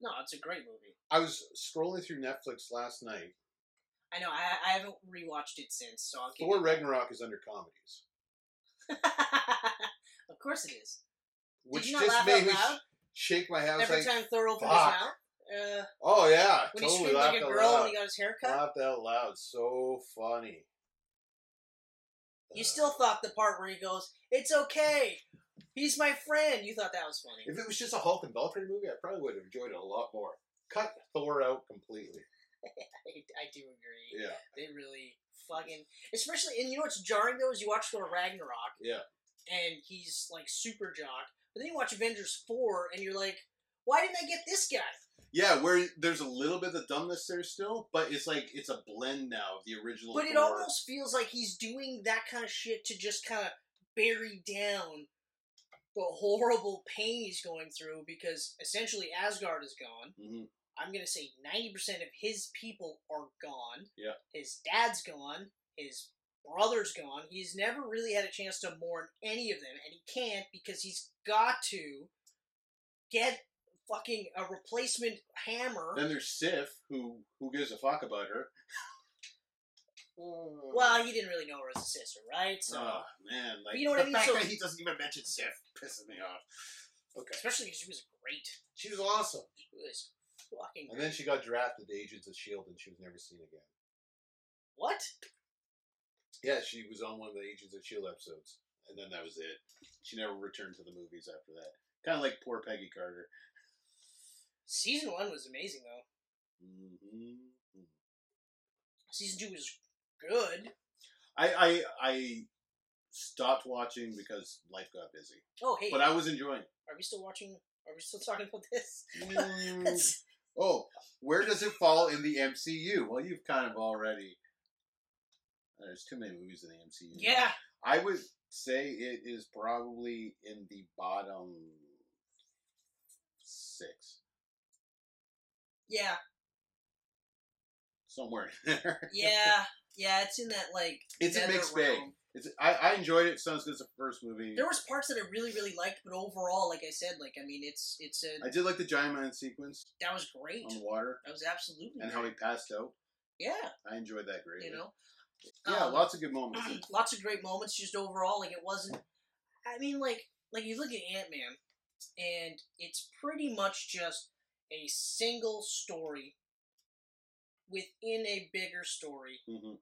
Speaker 3: No, it's a great movie.
Speaker 2: I was scrolling through Netflix last night.
Speaker 3: I know I, I haven't rewatched it since, so I'll give
Speaker 2: Thor
Speaker 3: you-
Speaker 2: Ragnarok is under comedies,
Speaker 3: of course it is.
Speaker 2: which
Speaker 3: Did you not
Speaker 2: just
Speaker 3: laugh
Speaker 2: made
Speaker 3: out
Speaker 2: me
Speaker 3: loud
Speaker 2: shake my head. I was
Speaker 3: every
Speaker 2: like,
Speaker 3: time Thor opened
Speaker 2: fuck.
Speaker 3: his mouth? Uh,
Speaker 2: oh yeah,
Speaker 3: when he
Speaker 2: totally
Speaker 3: screamed like
Speaker 2: laughed
Speaker 3: a
Speaker 2: out
Speaker 3: girl
Speaker 2: loud.
Speaker 3: when he got his hair cut?
Speaker 2: Laughed out loud. So funny.
Speaker 3: you
Speaker 2: Uh,
Speaker 3: still thought the part where he goes, "It's okay, he's my friend." You thought that was funny.
Speaker 2: If it was just a Hulk and Valkyrie movie, I probably would have enjoyed it a lot more. Cut Thor out completely.
Speaker 3: I, I do agree.
Speaker 2: Yeah.
Speaker 3: They really fucking, especially, and you know what's jarring though is you watch Thor Ragnarok,
Speaker 2: Yeah.
Speaker 3: and he's like super jock, but then you watch Avengers four, and you're like, why didn't I get this guy?
Speaker 2: Yeah, where there's a little bit of dumbness there still, but it's like it's a blend now of the original.
Speaker 3: But it
Speaker 2: Thor.
Speaker 3: almost feels like he's doing that kind of shit to just kind of bury down the horrible pain he's going through because essentially Asgard is gone.
Speaker 2: Mhm.
Speaker 3: I'm gonna say ninety percent of his people are gone.
Speaker 2: Yeah.
Speaker 3: His dad's gone. His brother's gone. He's never really had a chance to mourn any of them, and he can't because he's got to get fucking a replacement hammer.
Speaker 2: Then there's Sif, who who gives a fuck about her.
Speaker 3: well, he didn't really know her as a sister, right? So
Speaker 2: oh man, like
Speaker 3: But you know
Speaker 2: the
Speaker 3: what I mean?
Speaker 2: fact
Speaker 3: So-
Speaker 2: that he doesn't even mention Sif pisses me off. Okay,
Speaker 3: especially because she was great.
Speaker 2: she was awesome.
Speaker 3: She was fucking
Speaker 2: And then she got drafted to Agents of Shield, E and she was never seen again.
Speaker 3: what?
Speaker 2: Yeah, she was on one of the Agents of Shield E episodes, and then that was it. She never returned to the movies after that. Kind of like poor Peggy Carter.
Speaker 3: Season one was amazing though.
Speaker 2: hmm
Speaker 3: Season two was good.
Speaker 2: I, I I stopped watching because life got busy,
Speaker 3: Oh hey,
Speaker 2: but I was enjoying. it.
Speaker 3: are we still watching? Are we still talking about this?
Speaker 2: Mm.
Speaker 3: That's-
Speaker 2: oh, where does it fall in the MCU? Well, you've kind of already. There's too many movies in the MCU.
Speaker 3: yeah.
Speaker 2: I would say it is probably in the bottom six,
Speaker 3: Yeah,
Speaker 2: somewhere in there.
Speaker 3: yeah, yeah. It's in that like
Speaker 2: It's a
Speaker 3: nether
Speaker 2: mixed bag.
Speaker 3: realm.
Speaker 2: It's I, I enjoyed it. Sounds good. It's the first movie.
Speaker 3: There was parts that I really, really liked, but overall, like I said, like I mean, it's it's a
Speaker 2: I did like the giant man sequence
Speaker 3: that was great.
Speaker 2: on the water
Speaker 3: That was absolutely
Speaker 2: and how he
Speaker 3: great.
Speaker 2: passed out.
Speaker 3: yeah,
Speaker 2: I enjoyed that greatly.
Speaker 3: you know,
Speaker 2: Yeah,
Speaker 3: Um,
Speaker 2: lots of good moments.
Speaker 3: lots of great moments just overall. Like it wasn't. I mean, like like you look at Ant Man, and it's pretty much just a single story within a bigger story
Speaker 2: hmm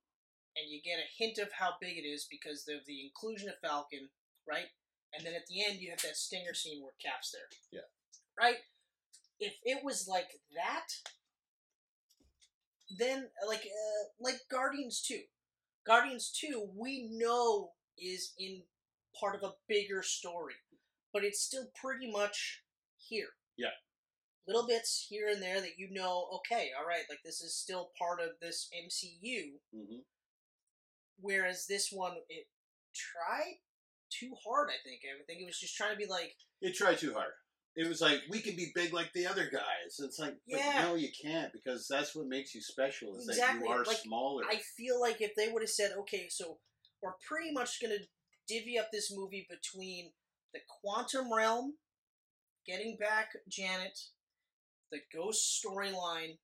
Speaker 3: and you get a hint of how big it is because of the inclusion of Falcon, right? And then at the end, you have that stinger scene where Cap's there.
Speaker 2: Yeah.
Speaker 3: Right? If it was like that, then like uh, like Guardians Two, Guardians Two, we know is in part of a bigger story, but it's still pretty much here.
Speaker 2: Yeah.
Speaker 3: Little bits here and there that you know, okay, all right, like this is still part of this MCU,
Speaker 2: hmm
Speaker 3: whereas this one it tried too hard i think i think it was just trying to be like
Speaker 2: It tried too hard. It was like we can be big like the other guys. It's like, but
Speaker 3: Yeah.
Speaker 2: no, you can't because that's what makes you special. Is
Speaker 3: Exactly,
Speaker 2: that you are
Speaker 3: like,
Speaker 2: smaller.
Speaker 3: i feel like if they would have said okay so we're pretty much going to divvy up this movie between the quantum realm getting back janet the ghost storyline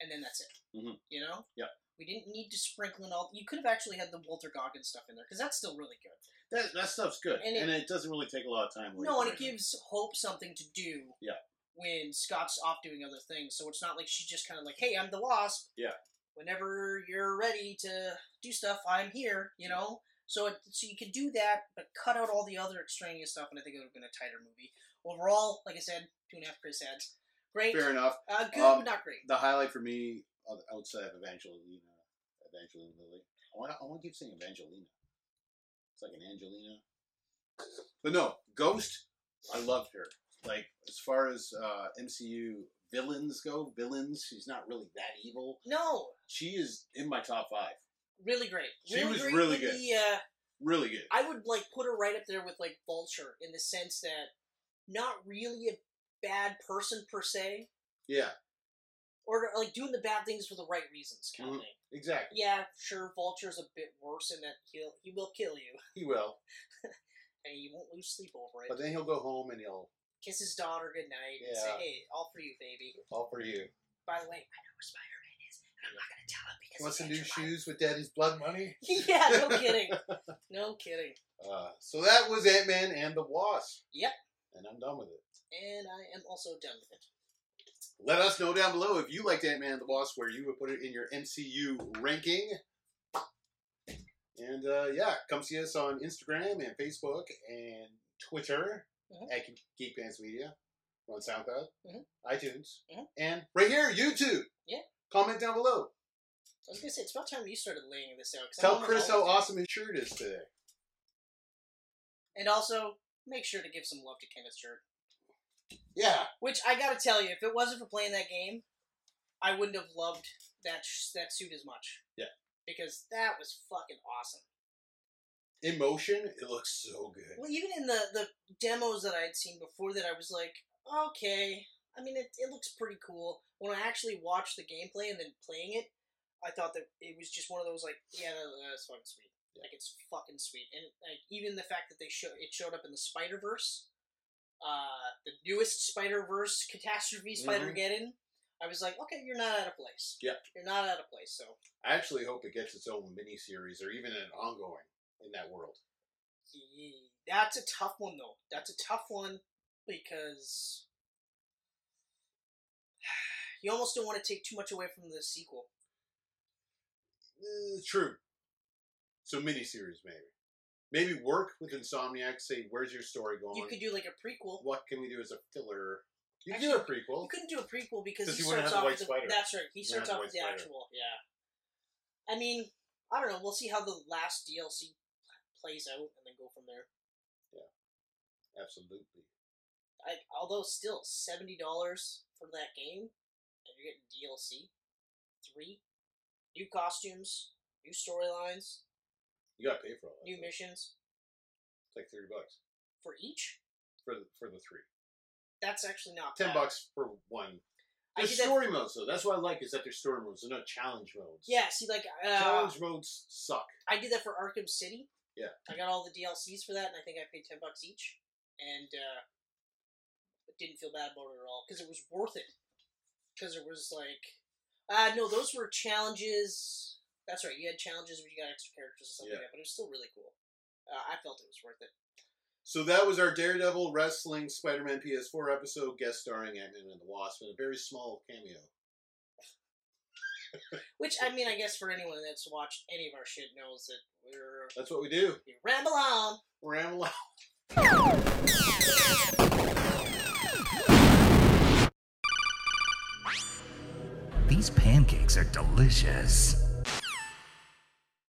Speaker 3: and then that's it
Speaker 2: Mhm.
Speaker 3: you know
Speaker 2: Yep.
Speaker 3: we didn't need to sprinkle in all you could have actually had the walter goggins stuff in there because that's still really good
Speaker 2: that that stuff's good,
Speaker 3: and
Speaker 2: and
Speaker 3: it-
Speaker 2: it, doesn't really take a lot of time.
Speaker 3: No,
Speaker 2: away
Speaker 3: and it
Speaker 2: from
Speaker 3: gives Hope something to do.
Speaker 2: Yeah.
Speaker 3: When Scott's off doing other things, so it's not like she's just kind of like, "Hey, I'm the Wasp."
Speaker 2: Yeah.
Speaker 3: Whenever you're ready to do stuff, I'm here. You know. So it, so you could do that, but cut out all the other extraneous stuff, and I think it would have been a tighter movie overall. Like I said, two and a half Chris ads. Great.
Speaker 2: Fair enough.
Speaker 3: Uh, good,
Speaker 2: Um,
Speaker 3: but not great.
Speaker 2: The highlight for me uh, outside of Evangelina, Evangelina Lily. I want I want to keep saying Evangelina. It's like an Angelina, but no, Ghost. I loved her. like as far as uh, MCU villains go, villains, she's not really that evil.
Speaker 3: No,
Speaker 2: She is in my top five.
Speaker 3: really great.
Speaker 2: She was
Speaker 3: great
Speaker 2: really
Speaker 3: with
Speaker 2: good.
Speaker 3: The, uh,
Speaker 2: Really good.
Speaker 3: I would like put her right up there with like Vulture in the sense that not really a bad person per se,
Speaker 2: Yeah,
Speaker 3: or like doing the bad things for the right reasons kind
Speaker 2: Mhm.
Speaker 3: of thing.
Speaker 2: exactly.
Speaker 3: Yeah, sure, Vulture's a bit worse in that he'll he will kill you
Speaker 2: He will,
Speaker 3: and you won't lose sleep over it.
Speaker 2: but then he'll go home and he'll
Speaker 3: Kiss his daughter goodnight and say,
Speaker 2: Yeah.
Speaker 3: "Hey, all for you, baby."
Speaker 2: all for you.
Speaker 3: By the way, I know where Spider Man is, and I'm not gonna tell him because
Speaker 2: Want
Speaker 3: it's
Speaker 2: some new
Speaker 3: extra
Speaker 2: shoes with Daddy's blood money?
Speaker 3: life." yeah, no kidding, no kidding.
Speaker 2: Uh, so that was Ant Man and the Wasp.
Speaker 3: Yep.
Speaker 2: And I'm done with it.
Speaker 3: And I am also done with it.
Speaker 2: Let us know down below if you liked Ant Man and the Wasp, where you would put it in your MCU ranking. And uh, yeah, come see us on Instagram and Facebook and Twitter
Speaker 3: Mhm.
Speaker 2: at Geek Pants Media. We're on SoundCloud,
Speaker 3: Mhm.
Speaker 2: iTunes,
Speaker 3: Mhm.
Speaker 2: and right here, YouTube.
Speaker 3: Yeah.
Speaker 2: Comment down below.
Speaker 3: I was gonna say it's about time you started laying this out. 'cause I'm
Speaker 2: Tell
Speaker 3: almost
Speaker 2: Chris how
Speaker 3: always-
Speaker 2: awesome his shirt is today.
Speaker 3: And also, make sure to give some love to Kenneth's shirt.
Speaker 2: Yeah.
Speaker 3: Which I gotta tell you, if it wasn't for playing that game, I wouldn't have loved that sh- that suit as much.
Speaker 2: Yeah.
Speaker 3: Because that was fucking awesome.
Speaker 2: In motion, it looks so good.
Speaker 3: Well, even in the the demos that I had seen before, that I was like, okay. I mean, it it looks pretty cool. When I actually watched the gameplay and then playing it, I thought that it was just one of those like, yeah, that, that's fucking sweet. Like it's fucking sweet, and like even the fact that they show it showed up in the Spider Verse, uh, the newest Spider Verse catastrophe,
Speaker 2: Mhm.
Speaker 3: Spider Geddon. I was like, okay, you're not out of place.
Speaker 2: Yeah.
Speaker 3: you're not out of place. So
Speaker 2: I actually hope it gets its own mini series or even an ongoing in that world.
Speaker 3: Yee. That's a tough one, though. That's a tough one because you almost don't want to take too much away from the sequel.
Speaker 2: Eh, true. So mini series maybe. Maybe work with Insomniac. Say, where's your story going?
Speaker 3: You could do like a prequel.
Speaker 2: what can we do as a filler? You can do a prequel.
Speaker 3: You couldn't do a prequel because
Speaker 2: 'Cause
Speaker 3: he
Speaker 2: you wouldn't have
Speaker 3: starts
Speaker 2: the
Speaker 3: off.
Speaker 2: White
Speaker 3: with the,
Speaker 2: Spider.
Speaker 3: that's right. He
Speaker 2: You
Speaker 3: starts
Speaker 2: wouldn't have the
Speaker 3: off with the
Speaker 2: White Spider.
Speaker 3: actual. Yeah. I mean, I don't know. We'll see how the last DLC plays out, and then go from there.
Speaker 2: Absolutely.
Speaker 3: I, although still seventy dollars for that game, and you're getting DLC, three, new costumes, new storylines,
Speaker 2: You gotta pay for all that.
Speaker 3: new
Speaker 2: though.
Speaker 3: missions
Speaker 2: It's like thirty bucks
Speaker 3: for each.
Speaker 2: for the for the three.
Speaker 3: That's actually not
Speaker 2: Ten
Speaker 3: bad.
Speaker 2: bucks for one.
Speaker 3: I
Speaker 2: There's
Speaker 3: did that-
Speaker 2: story modes though. That's what I like is that there's story modes. There's no challenge modes.
Speaker 3: Yeah, see, like uh,
Speaker 2: Challenge modes suck.
Speaker 3: I did that for Arkham City.
Speaker 2: Yeah.
Speaker 3: I got all the DLCs for that, and I think I paid ten bucks each, and uh, didn't feel bad about it at all because it was worth it. Because it was like, uh, no, those were challenges. That's right, you had challenges where you got extra characters or something
Speaker 2: Yeah.
Speaker 3: like that, but it was still really cool. Uh, I felt it was worth it.
Speaker 2: So that was our Daredevil Wrestling Spider Man PS4 episode, guest starring Ant Man and the Wasp, in a very small cameo.
Speaker 3: Which I mean, I guess for anyone that's watched any of our shit knows that we're
Speaker 2: That's what we do.
Speaker 3: we ramble on.
Speaker 2: Ramble.
Speaker 1: These pancakes are delicious.